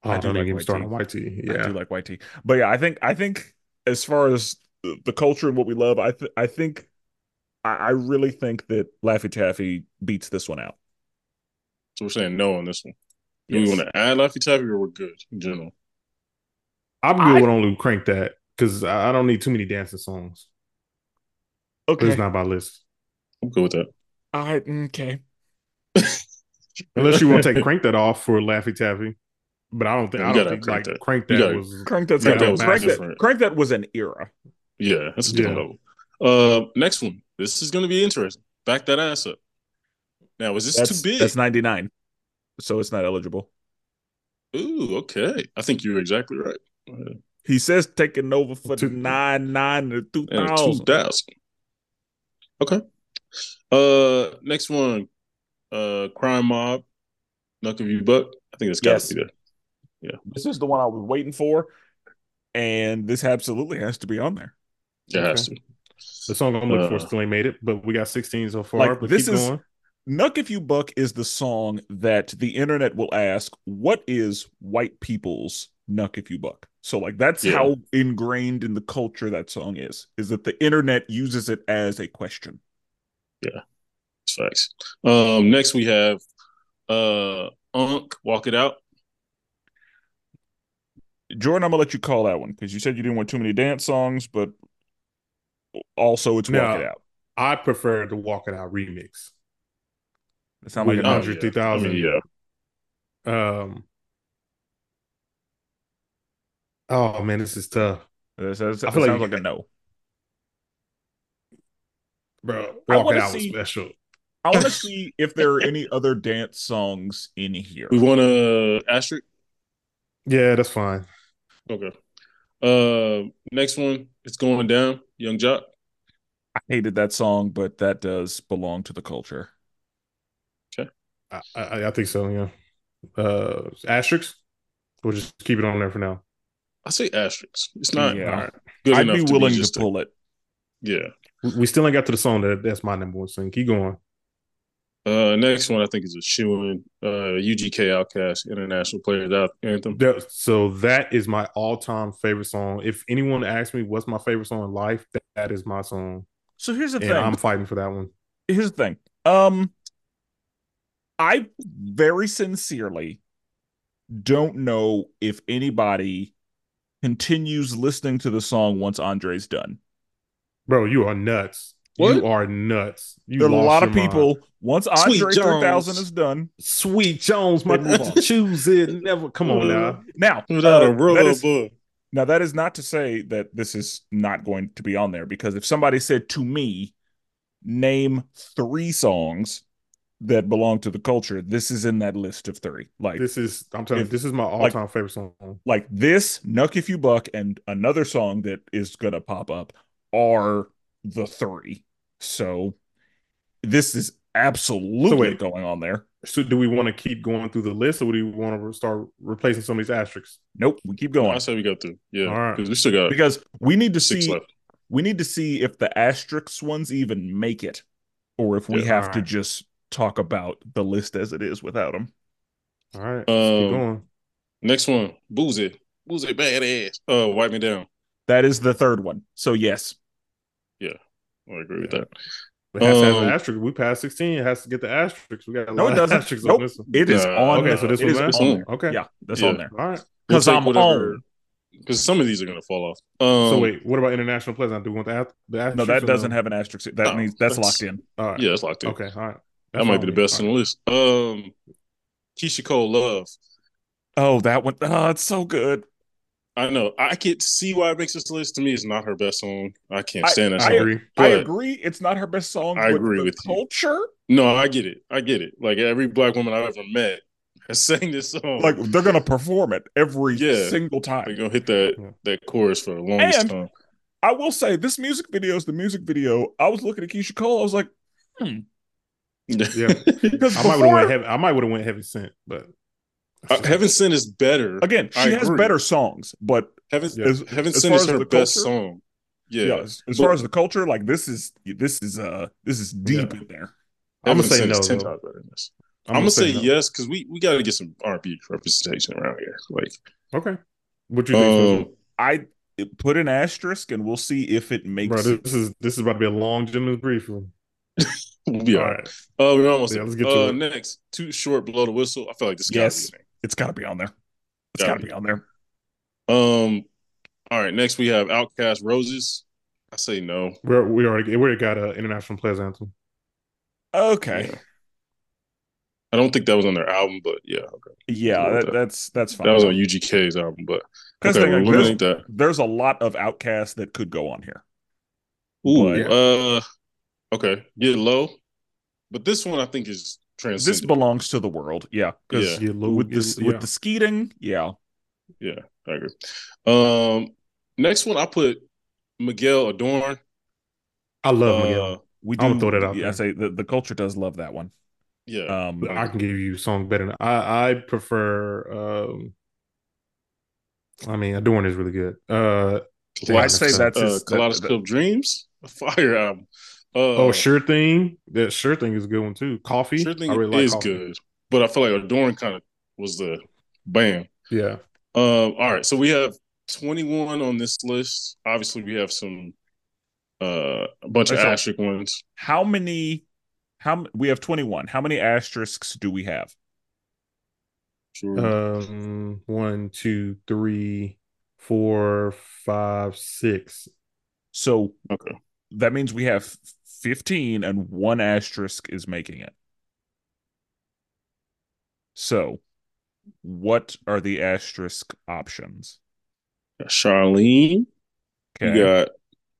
Speaker 2: Oh,
Speaker 3: I
Speaker 2: I
Speaker 3: do
Speaker 2: don't
Speaker 3: like
Speaker 2: even
Speaker 3: YT.
Speaker 2: start on YT.
Speaker 3: I
Speaker 2: Yeah.
Speaker 3: do like YT. But yeah, I think I think as far as the, the culture and what we love, I th- I think I, I really think that Laffy Taffy beats this one out.
Speaker 4: so we're saying no on this one. Do we
Speaker 3: Yes.
Speaker 4: want to add Laffy Taffy or we're good in general?
Speaker 2: I'm
Speaker 3: I-
Speaker 2: good with only crank that because I I don't need too many dancing songs. But
Speaker 3: Okay.
Speaker 2: It's not my list.
Speaker 4: I'm good with that.
Speaker 3: All right. mm, Okay.
Speaker 2: Unless you want to take crank that off for Laffy Taffy. But I don't think
Speaker 4: You
Speaker 2: I
Speaker 4: gotta
Speaker 2: don't think
Speaker 4: crank
Speaker 2: like
Speaker 4: that.
Speaker 2: crank
Speaker 4: You
Speaker 2: that
Speaker 4: gotta-
Speaker 2: was
Speaker 3: Crank that's
Speaker 2: Yeah,
Speaker 3: crank
Speaker 2: that
Speaker 3: that,
Speaker 2: was
Speaker 3: crank that,
Speaker 4: different.
Speaker 3: crank that was an era.
Speaker 4: Yeah, that's a different
Speaker 2: Yeah.
Speaker 4: level. Uh, next one. This is going to be interesting. Back that ass up. Now, is this
Speaker 3: That's
Speaker 4: too big?
Speaker 3: that's ninety nine, so it's not eligible.
Speaker 4: Ooh, okay. I think you're exactly right. Uh,
Speaker 3: He says taking over for the
Speaker 2: Two-
Speaker 3: nine nine to two
Speaker 4: and a two
Speaker 3: thousand.
Speaker 4: thousand. Okay. Uh, next one. Uh, crime mob. Knuck of you buck. I think that's got to
Speaker 3: Yes.
Speaker 4: be there.
Speaker 3: This is the one I was waiting for, and this absolutely has to be on there.
Speaker 4: It has to.
Speaker 2: the song I'm looking
Speaker 4: Uh,
Speaker 2: for still ain't made it, but we got 16 so far.
Speaker 3: Like,
Speaker 2: but
Speaker 3: this
Speaker 2: keep
Speaker 3: is-
Speaker 2: going.
Speaker 3: Nuck If You Buck is the song that the internet will ask, what is white people's Nuck If You Buck? So, like, that's
Speaker 4: Yeah.
Speaker 3: how ingrained in the culture that song is, is that the internet uses it as a question.
Speaker 4: It's Facts. Um, next we have uh Unk Walk It Out.
Speaker 3: Jordan, I'm going to let you call that one because you said you didn't want too many dance songs, but also it's Walk
Speaker 2: No.
Speaker 3: It Out.
Speaker 2: I prefer the Walk It Out remix.
Speaker 3: It sounds like
Speaker 2: With
Speaker 3: a
Speaker 2: Andre
Speaker 3: dance.
Speaker 4: yeah.
Speaker 2: 3000.
Speaker 4: I mean, yeah.
Speaker 2: Um. Oh man, this is tough,
Speaker 3: It sounds,
Speaker 2: I
Speaker 3: it
Speaker 2: feel like-
Speaker 3: sounds like a no.
Speaker 2: bro.
Speaker 3: I
Speaker 2: Walk
Speaker 3: wanna
Speaker 2: it out was
Speaker 3: see-
Speaker 2: special.
Speaker 3: I want to see if there are any other dance songs in here.
Speaker 4: We want to asterisk.
Speaker 2: Yeah, that's fine.
Speaker 4: Okay. Uh, next one. It's going down. Young Jock.
Speaker 3: I hated that song, but that does belong to the culture.
Speaker 2: I, I, I think so. Yeah. Uh, asterisks. We'll just keep it on there for now.
Speaker 4: I say asterisk. It's not
Speaker 3: Yeah.
Speaker 2: All right.
Speaker 4: good
Speaker 3: I'd
Speaker 4: enough.
Speaker 3: be
Speaker 4: to
Speaker 3: willing to
Speaker 4: just a-
Speaker 3: pull it.
Speaker 4: yeah.
Speaker 2: We- We still ain't got to the song that that's my number one song. Keep going.
Speaker 4: Uh, next one I think is a shoe in. Uh, UGK Outcast International Players Out Anthem.
Speaker 2: That- so that is my all-time favorite song. If anyone asks me what's my favorite song in life, that, that is my song,
Speaker 3: So here's the
Speaker 2: and
Speaker 3: thing.
Speaker 2: I'm fighting for that one.
Speaker 3: here's the thing. Um, I very sincerely don't know if anybody continues listening to the song once Andre's done.
Speaker 2: Bro, you are nuts.
Speaker 4: What?
Speaker 2: You are nuts. You
Speaker 3: there are a
Speaker 2: lost
Speaker 3: lot
Speaker 2: your
Speaker 3: of
Speaker 2: mind.
Speaker 3: people. Once Andre
Speaker 4: Sweet Jones.
Speaker 3: 3000 is done,
Speaker 2: Sweet Jones, my
Speaker 3: They move on.
Speaker 2: choose it. Never come on now.
Speaker 3: now
Speaker 4: Without
Speaker 3: uh,
Speaker 4: a
Speaker 3: that
Speaker 4: rubber
Speaker 3: is-
Speaker 4: book.
Speaker 3: Now that is not to say that this is not going to be on there because if somebody said to me, name three songs that belong to the culture, this is in that list of three. Like
Speaker 2: This is I'm telling you,
Speaker 3: If-
Speaker 2: this is my all
Speaker 3: like-
Speaker 2: time favorite song.
Speaker 3: like this, Nuck If You Buck, and another song that is gonna pop up are the three. So this is absolutely
Speaker 2: wait.
Speaker 3: going on there.
Speaker 2: So do we want to keep going through the list or do we want to start replacing some of these asterisks?
Speaker 3: Nope, we keep
Speaker 4: I
Speaker 3: going.
Speaker 4: say we got through.
Speaker 2: All
Speaker 4: Yeah,
Speaker 2: right.
Speaker 4: because we still got
Speaker 3: Because we need to
Speaker 4: six
Speaker 3: see
Speaker 4: left.
Speaker 3: we need to see if the asterisk ones even make it or if we
Speaker 4: Yeah,
Speaker 3: have to
Speaker 2: alright.
Speaker 3: just talk about the list as it is without them
Speaker 2: All right.
Speaker 4: Um,
Speaker 2: Let's keep going.
Speaker 4: Next one, Boozy. Boozy badass. Uh, wipe me down.
Speaker 3: that is the third one so yes
Speaker 4: I agree with that.
Speaker 2: It has to have
Speaker 4: um,
Speaker 2: an asterisk. We passed 16. It has to get the asterisks. We got a
Speaker 3: No,
Speaker 2: lot
Speaker 3: it
Speaker 2: of
Speaker 3: doesn't.
Speaker 2: asterisks
Speaker 3: Nope.
Speaker 2: on this one.
Speaker 3: it is
Speaker 4: Nah.
Speaker 3: on
Speaker 2: Okay, so this
Speaker 3: it
Speaker 2: one's
Speaker 3: is
Speaker 2: last?
Speaker 3: on
Speaker 4: Mm.
Speaker 3: there
Speaker 2: Okay
Speaker 3: yeah that's
Speaker 4: Yeah.
Speaker 3: on there
Speaker 2: All right.
Speaker 3: because i'm on
Speaker 4: Because some of these are gonna fall off. Um,
Speaker 2: so wait, what about international plays? Now, do we want the, ath- the asterisks?
Speaker 3: no
Speaker 2: or
Speaker 3: that doesn't have an asterisk that
Speaker 4: No,
Speaker 3: means that's,
Speaker 4: that's-
Speaker 3: locked in
Speaker 2: All right.
Speaker 4: Yeah, it's locked in.
Speaker 2: Okay. All right.
Speaker 4: that might be the best on the list. Um, Keisha Cole, love.
Speaker 3: oh that one oh it's so good
Speaker 4: I know. I can't see why it makes this list. To me, it's not her best song. I can't
Speaker 3: I-
Speaker 4: stand that
Speaker 2: I
Speaker 4: song.
Speaker 2: agree.
Speaker 3: i
Speaker 4: But-
Speaker 3: agree it's not her best song
Speaker 4: I
Speaker 3: but
Speaker 4: agree
Speaker 3: the
Speaker 4: with you.
Speaker 3: culture
Speaker 4: No, I get it. I get it. Like every black woman I've ever met has sang this song.
Speaker 3: like they're gonna perform it every
Speaker 4: Oh. Yeah.
Speaker 3: single time
Speaker 4: they're gonna hit that
Speaker 2: Yeah.
Speaker 4: that chorus for the longest
Speaker 3: And-
Speaker 4: time.
Speaker 3: I will say this music video is the music video. I was looking at Keisha Cole. I was like,
Speaker 2: Yeah.
Speaker 3: because
Speaker 2: I might would have
Speaker 3: before,
Speaker 2: went heavy. I might would have went heavy sent, but
Speaker 4: Uh, Heaven Sent is better.
Speaker 3: again, she
Speaker 4: I
Speaker 3: has
Speaker 4: agree.
Speaker 3: better songs, but
Speaker 4: Heaven,
Speaker 2: Yeah.
Speaker 3: as,
Speaker 4: Heaven
Speaker 3: as
Speaker 4: Sent
Speaker 3: far
Speaker 4: is
Speaker 3: as
Speaker 4: her
Speaker 3: the
Speaker 4: best
Speaker 3: culture,
Speaker 4: song. Yeah.
Speaker 3: yeah, as, as
Speaker 4: But-
Speaker 3: far as the culture, like this is this is uh this is deep in there.
Speaker 2: I'm
Speaker 4: Heaven
Speaker 2: gonna say
Speaker 4: Sent
Speaker 2: no.
Speaker 4: is 10
Speaker 2: though.
Speaker 4: times better than this. I'm, gonna say, yes because we, we got to get some R&B representation around here. Like,
Speaker 2: no. Okay. What you think?
Speaker 4: um,
Speaker 3: I put an asterisk and we'll see if it makes.
Speaker 2: Bro, this is this is about to be a long gentleman's briefing.
Speaker 4: um, we'll be all
Speaker 2: All
Speaker 4: right.
Speaker 2: right.
Speaker 4: Uh, we're almost.
Speaker 2: Yeah,
Speaker 4: there.
Speaker 2: let's get to
Speaker 4: uh,
Speaker 2: it.
Speaker 4: next, too short, blow the whistle. I feel like this. gotta
Speaker 3: Yes.
Speaker 4: be
Speaker 3: It's got to be on there. It's
Speaker 4: Gotta
Speaker 3: got to
Speaker 4: be.
Speaker 3: be on there.
Speaker 4: the name. Um. All right. Next, we have Outcast Roses. I say no.
Speaker 2: We're, we already we already got an international players anthem.
Speaker 3: Okay,
Speaker 4: Yeah. I don't think that was on their album, but yeah, okay.
Speaker 3: yeah,
Speaker 4: Cool with
Speaker 3: that,
Speaker 4: that.
Speaker 3: that's that's fine.
Speaker 4: that was on UGK's album. But
Speaker 3: 'Cause
Speaker 4: okay,
Speaker 3: they-
Speaker 4: we'll
Speaker 3: like,
Speaker 4: eliminate that.
Speaker 3: there's a lot of outcasts that could go on here.
Speaker 4: Ooh.
Speaker 3: But-
Speaker 4: Uh. Okay. Get low. But this one I think is transcendent.
Speaker 3: This belongs to the world. Yeah, 'cause
Speaker 4: Yeah.
Speaker 2: Yeah, Lou,
Speaker 3: with
Speaker 2: yeah,
Speaker 3: the
Speaker 2: yeah.
Speaker 3: with the skeeting, yeah.
Speaker 4: I agree. Um. Next one I put Miguel Adorn.
Speaker 2: I love
Speaker 4: Uh,
Speaker 2: Miguel.
Speaker 3: We do
Speaker 2: I would throw that out
Speaker 3: yeah, I
Speaker 2: there.
Speaker 3: say the, the culture does love that one.
Speaker 4: Yeah.
Speaker 3: Um,
Speaker 2: I can give you song better. Than, I I prefer. um I mean, Adorn is really good. Uh,
Speaker 3: I'd say that's
Speaker 4: uh,
Speaker 3: his- that-
Speaker 4: Kaleidoscope Dreams, a fire album. Uh,
Speaker 2: oh, sure thing. That sure thing is a good one too. Coffee.
Speaker 4: sure thing
Speaker 2: I really like
Speaker 4: is
Speaker 2: Coffee.
Speaker 4: good, but I feel like Adorn kind of was the bam.
Speaker 2: Yeah.
Speaker 4: Um, all right, so we have 21 on this list. Obviously, we have some uh, a bunch of
Speaker 3: That's all.
Speaker 4: asterisk ones.
Speaker 3: how many? How m- we have twenty one? How many asterisks do we have?
Speaker 4: Sure.
Speaker 2: Um, one, two, three, four, five, six.
Speaker 3: So
Speaker 4: okay,
Speaker 3: that means we have fifteen, and one asterisk is making it. So, what are the asterisk options?
Speaker 4: Got Charlene,
Speaker 3: Okay,
Speaker 4: you got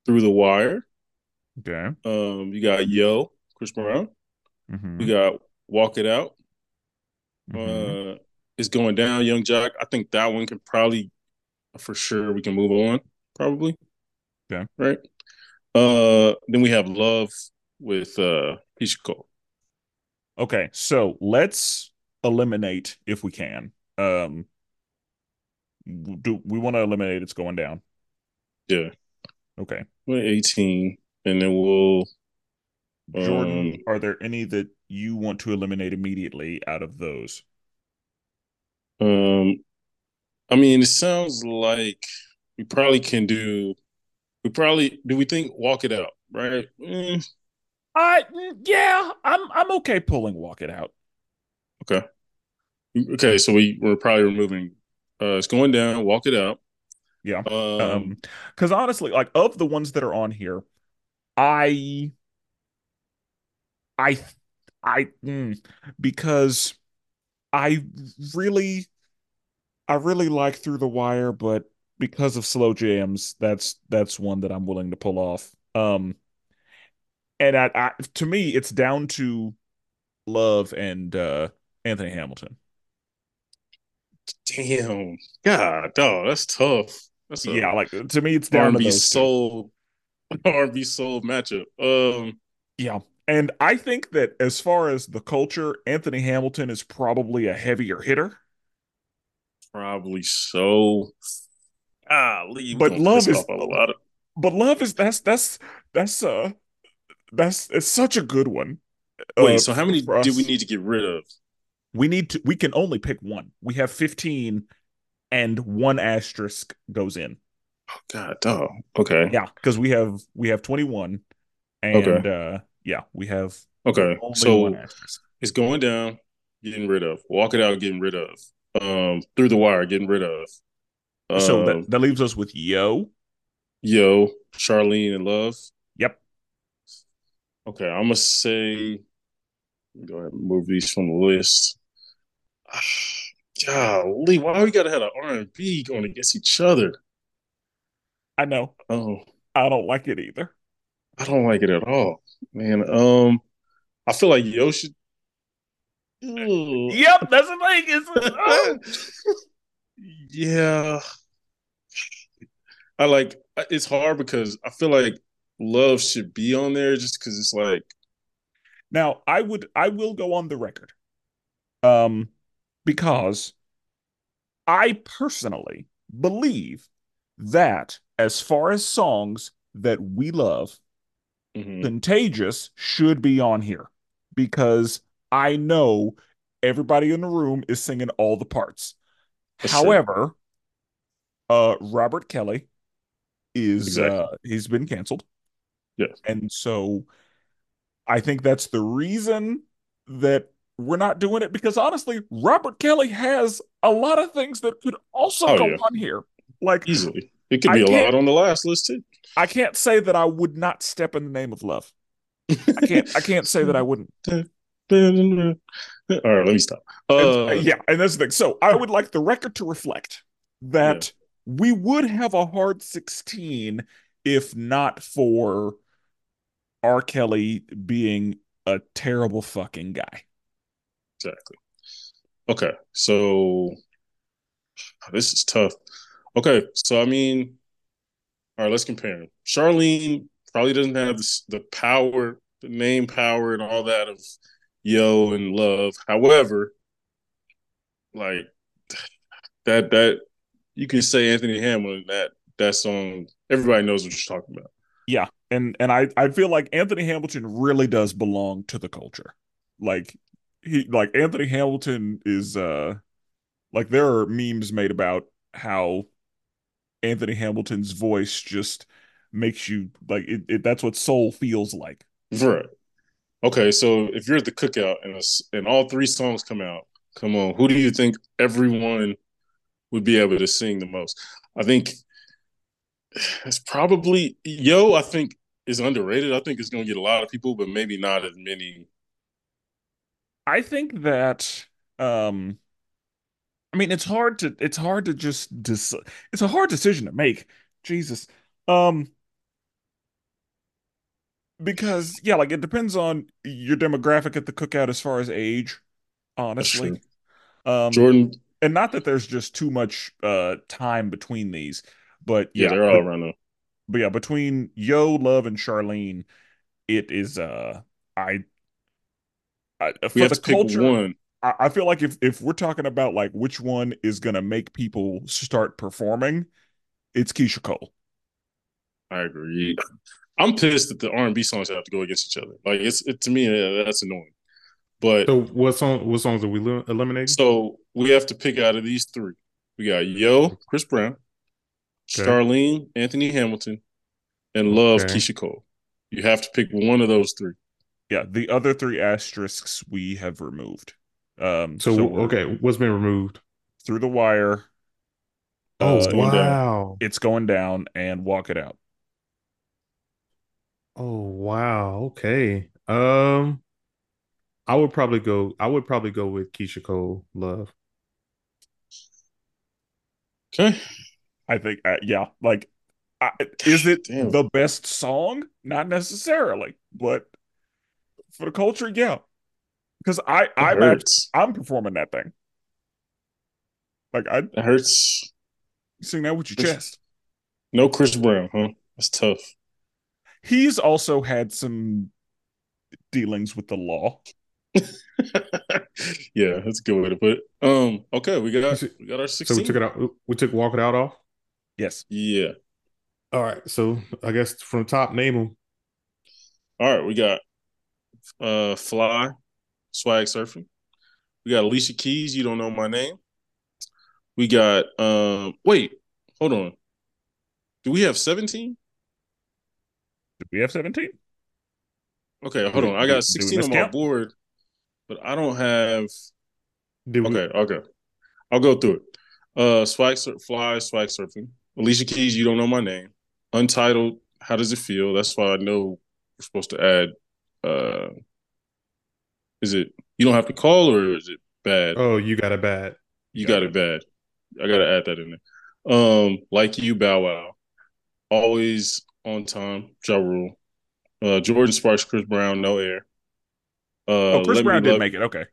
Speaker 4: Through the Wire,
Speaker 3: okay,
Speaker 4: um, you got Yo, Chris Brown,
Speaker 3: mhm,
Speaker 4: you got Walk It Out,
Speaker 3: mhm.
Speaker 4: uh, It's Going Down, Young Jock. I think that one can probably, for sure, we can move on, probably.
Speaker 3: Okay.
Speaker 4: Right. Uh, then we have Love with uh, Ishiko.
Speaker 3: okay. So let's eliminate if we can. Um, do we want to eliminate? It's going down.
Speaker 4: Yeah.
Speaker 3: Okay.
Speaker 4: We're 18, and then we'll.
Speaker 3: Jordan,
Speaker 4: Um,
Speaker 3: are there any that you want to eliminate immediately out of those?
Speaker 4: Um, I mean, it sounds like we probably can do. We probably do. We think walk it out, right? Mm,
Speaker 3: I mm, yeah, I'm I'm okay pulling walk it out.
Speaker 4: okay, so we we're probably removing. Uh, it's going down. Walk it out.
Speaker 3: Yeah.
Speaker 4: Um,
Speaker 3: Um cuz honestly, like of the ones that are on here, I I, I, mm, because I really, I really like Through the Wire, but because of slow jams, that's that's one that I'm willing to pull off. Um, and I, I to me, it's down to Love and uh Anthony Hamilton.
Speaker 4: Damn, God, dog, that's tough. That's a
Speaker 3: yeah, like to me, it's down to
Speaker 4: R&B
Speaker 3: those two.
Speaker 4: soul, R&B soul matchup. Um,
Speaker 3: Yeah. And I think that as far as the culture, Anthony Hamilton is probably a heavier hitter,
Speaker 4: probably so. Ah, Lee,
Speaker 3: But love is-
Speaker 4: a lot of
Speaker 3: but love is that's that's that's uh that's it's such a good one.
Speaker 4: wait.
Speaker 3: Uh,
Speaker 4: so how many
Speaker 3: for us.
Speaker 4: do we need to get rid of?
Speaker 3: We need to we can only pick one. We have 15 and one asterisk goes in.
Speaker 4: God, dog. Okay,
Speaker 3: Yeah, cuz we have we have 21 and uh yeah, we have
Speaker 4: okay.
Speaker 3: only
Speaker 4: So
Speaker 3: one asterisk.
Speaker 4: it's going down, getting rid of. Walk it out, getting rid of. Um, through the wire, getting rid of.
Speaker 3: so
Speaker 4: Um,
Speaker 3: that, that leaves us with yo.
Speaker 4: Yo, Charlene and Love.
Speaker 3: Yep.
Speaker 4: Okay, I'm gonna say. Go ahead, and move these from the list. Ah, Golly, why we gotta have an R and B going against each other?
Speaker 3: I know.
Speaker 4: Oh,
Speaker 3: I don't like it either.
Speaker 4: I don't like it at all, man. Um, I feel like Yo should. Ooh.
Speaker 3: Yep, that's the thing. It's
Speaker 4: oh, yeah, I like. It's hard because I feel like Love should be on there just because it's like
Speaker 3: Now, I would I will go on the record. Um because I personally believe that as far as songs that we love,
Speaker 4: mhm.
Speaker 3: Contagious should be on here because I know everybody in the room is singing all the parts.
Speaker 4: That's true.
Speaker 3: However, uh Robert Kelly is
Speaker 4: Exactly.
Speaker 3: uh he's been canceled.
Speaker 4: Yeah.
Speaker 3: And so I think that's the reason that we're not doing it because honestly, Robert Kelly has a lot of things that could also
Speaker 4: Oh,
Speaker 3: go
Speaker 4: yeah.
Speaker 3: on here. Like
Speaker 4: easily. It could
Speaker 3: I
Speaker 4: be a lot
Speaker 3: can't-
Speaker 4: on the last list too.
Speaker 3: I can't say that I would not step in the name of love. I can't I can't say that I wouldn't.
Speaker 4: All right, let me stop. Uh,
Speaker 3: And- yeah, and that's the thing. So I would like the record to reflect that we would have a hard 16 if not for R. Kelly being a terrible fucking guy.
Speaker 4: Exactly. Okay, so this is tough. Okay, so I mean, all right, let's compare. 'em. Charlene probably doesn't have the, the power, the name power, and all that of Yo and Love. However, like that, that you can say Anthony Hamlin that that song. Everybody knows what you're talking about.
Speaker 3: And and I I feel like Anthony Hamilton really does belong to the culture. Like he like Anthony Hamilton is uh like there are memes made about how Anthony Hamilton's voice just makes you like it, it that's what soul feels like.
Speaker 4: Right. Okay, so if you're at the cookout and it's, and all three songs come out, come on, who do you think everyone would be able to sing the most? I think it's probably Yo. I think is underrated. I think it's going to get a lot of people, but maybe not as many.
Speaker 3: I think that um I mean it's hard to it's hard to just dis- it's a hard decision to make. Jesus. Um because yeah, like it depends on your demographic at the cookout as far as age, honestly. Um
Speaker 4: Jordan,
Speaker 3: and not that there's just too much uh time between these, but
Speaker 4: yeah,
Speaker 3: yeah,
Speaker 4: they're all around now.
Speaker 3: but yeah, between Yo, Love, and Charlene, it is uh I I, for
Speaker 4: We have
Speaker 3: the
Speaker 4: to pick
Speaker 3: culture,
Speaker 4: one.
Speaker 3: I, I feel like if if we're talking about like which one is gonna make people start performing, it's Keisha Cole.
Speaker 4: I agree. I'm pissed that the R and B songs have to go against each other. Like it's it, to me uh, that's annoying. But
Speaker 2: So what song? What songs are we li- eliminating?
Speaker 4: So we have to pick out of these three. We got Yo, Chris Brown,
Speaker 2: Okay.
Speaker 4: Charlene, Anthony Hamilton, and Love,
Speaker 2: Okay.
Speaker 4: Keisha Cole. You have to pick one of those three.
Speaker 3: Yeah, the other three asterisks we have removed. Um,
Speaker 2: So,
Speaker 3: we're
Speaker 2: okay, what's been removed?
Speaker 3: through the wire.
Speaker 2: Oh
Speaker 3: uh,
Speaker 4: wow.
Speaker 3: it's going down and walk it out.
Speaker 2: Oh wow. Okay. Um. I would probably go. I would probably go with Keisha Cole, Love.
Speaker 4: Okay.
Speaker 3: I think, uh, yeah, like, I, is it
Speaker 4: Damn.
Speaker 3: the best song? Not necessarily, but for the culture, yeah. Because I,
Speaker 4: That
Speaker 3: I'm, act-
Speaker 4: hurts.
Speaker 3: I'm performing that thing. Like I
Speaker 4: That hurts.
Speaker 3: sing that with your
Speaker 4: This-
Speaker 3: chest.
Speaker 4: No Chris Brown, huh? That's tough.
Speaker 3: He's also had some dealings with the law.
Speaker 4: yeah, that's a good way to put it. Um, okay, we got we got our
Speaker 2: So
Speaker 4: sixteen.
Speaker 2: we took it out. We took Walk It Out off.
Speaker 3: Yes.
Speaker 4: Yeah.
Speaker 2: All right. So I guess from top, name them.
Speaker 4: All right, we got uh Fly, Swag Surfing. We got Alicia Keys, You Don't Know My Name. We got um wait, hold on. Do we have 17?
Speaker 3: Did we have 17?
Speaker 4: Okay, hold on. I
Speaker 3: Do we
Speaker 4: got 16 on my
Speaker 3: miscount?
Speaker 4: board, but I don't have
Speaker 2: Did we,
Speaker 4: Okay, okay. I'll go through it. Uh Swag Sur- Fly, Swag Surfing. Alicia Keys, You Don't Know My Name. Untitled, How Does It Feel? That's why I know we're supposed to add uh is it you don't have to call or is it bad?
Speaker 2: Oh, you got it bad.
Speaker 4: you got it bad. I gotta add that in there. Um, like you, Bow Wow. Always on time, Ja Rule. Uh Jordan Sparks, Chris Brown, no air. Uh
Speaker 3: oh,
Speaker 4: Let
Speaker 3: Chris
Speaker 4: Me
Speaker 3: Brown did
Speaker 4: Love-
Speaker 3: make it. Okay.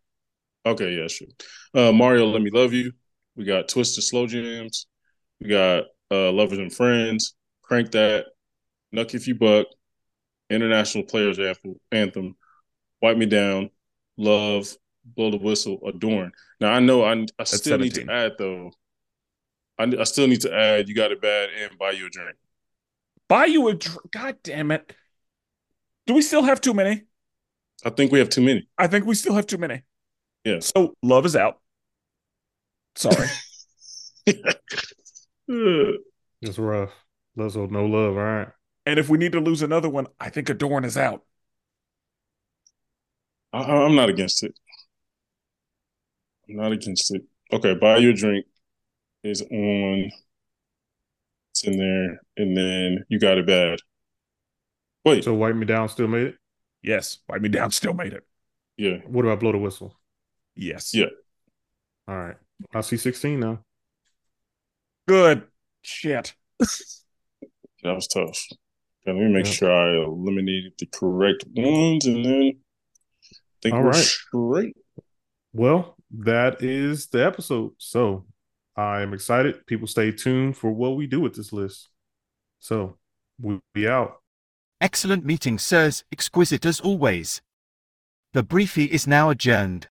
Speaker 4: Okay, yeah, sure. Uh, Mario, let me love you. We got Twisted Slow Jams. We got uh, Lovers and Friends. Crank that. Nuck if you buck. International Players Anthem- Anthem. Wipe me down. Love. Blow the whistle. Adorn. Now I know I, I still need to
Speaker 3: 17.
Speaker 4: add though. I, I still need to add. You got it bad and buy you a drink.
Speaker 3: Buy you a dr- God damn it. Do we still have too many?
Speaker 4: I think we have too many.
Speaker 3: I think we still have too many.
Speaker 4: Yeah.
Speaker 3: So love is out. Sorry.
Speaker 2: It's rough. Let's hold no love. All right.
Speaker 3: and if we need to lose another one, I think Adorn is out.
Speaker 4: I, I- I'm not against it. I'm not against it. Okay, buy your drink is on. It's in there, and then you got it bad. Wait,
Speaker 2: So wipe me down. Still made it.
Speaker 3: Yes. Wipe me down. Still made it.
Speaker 4: yeah,
Speaker 2: What about blow the whistle?
Speaker 3: Yes.
Speaker 4: Yeah.
Speaker 2: All right. I see sixteen now.
Speaker 3: Good shit.
Speaker 4: that was tough. Okay, let me make
Speaker 2: Yeah.
Speaker 4: sure I eliminated the correct ones, and then I think
Speaker 2: All
Speaker 4: we're
Speaker 2: right.
Speaker 4: straight.
Speaker 2: Well, that is the episode. So I am excited. People stay tuned for what we do with this list. So we'll be out.
Speaker 1: Excellent meeting, sirs, exquisite as always. The briefie is now adjourned.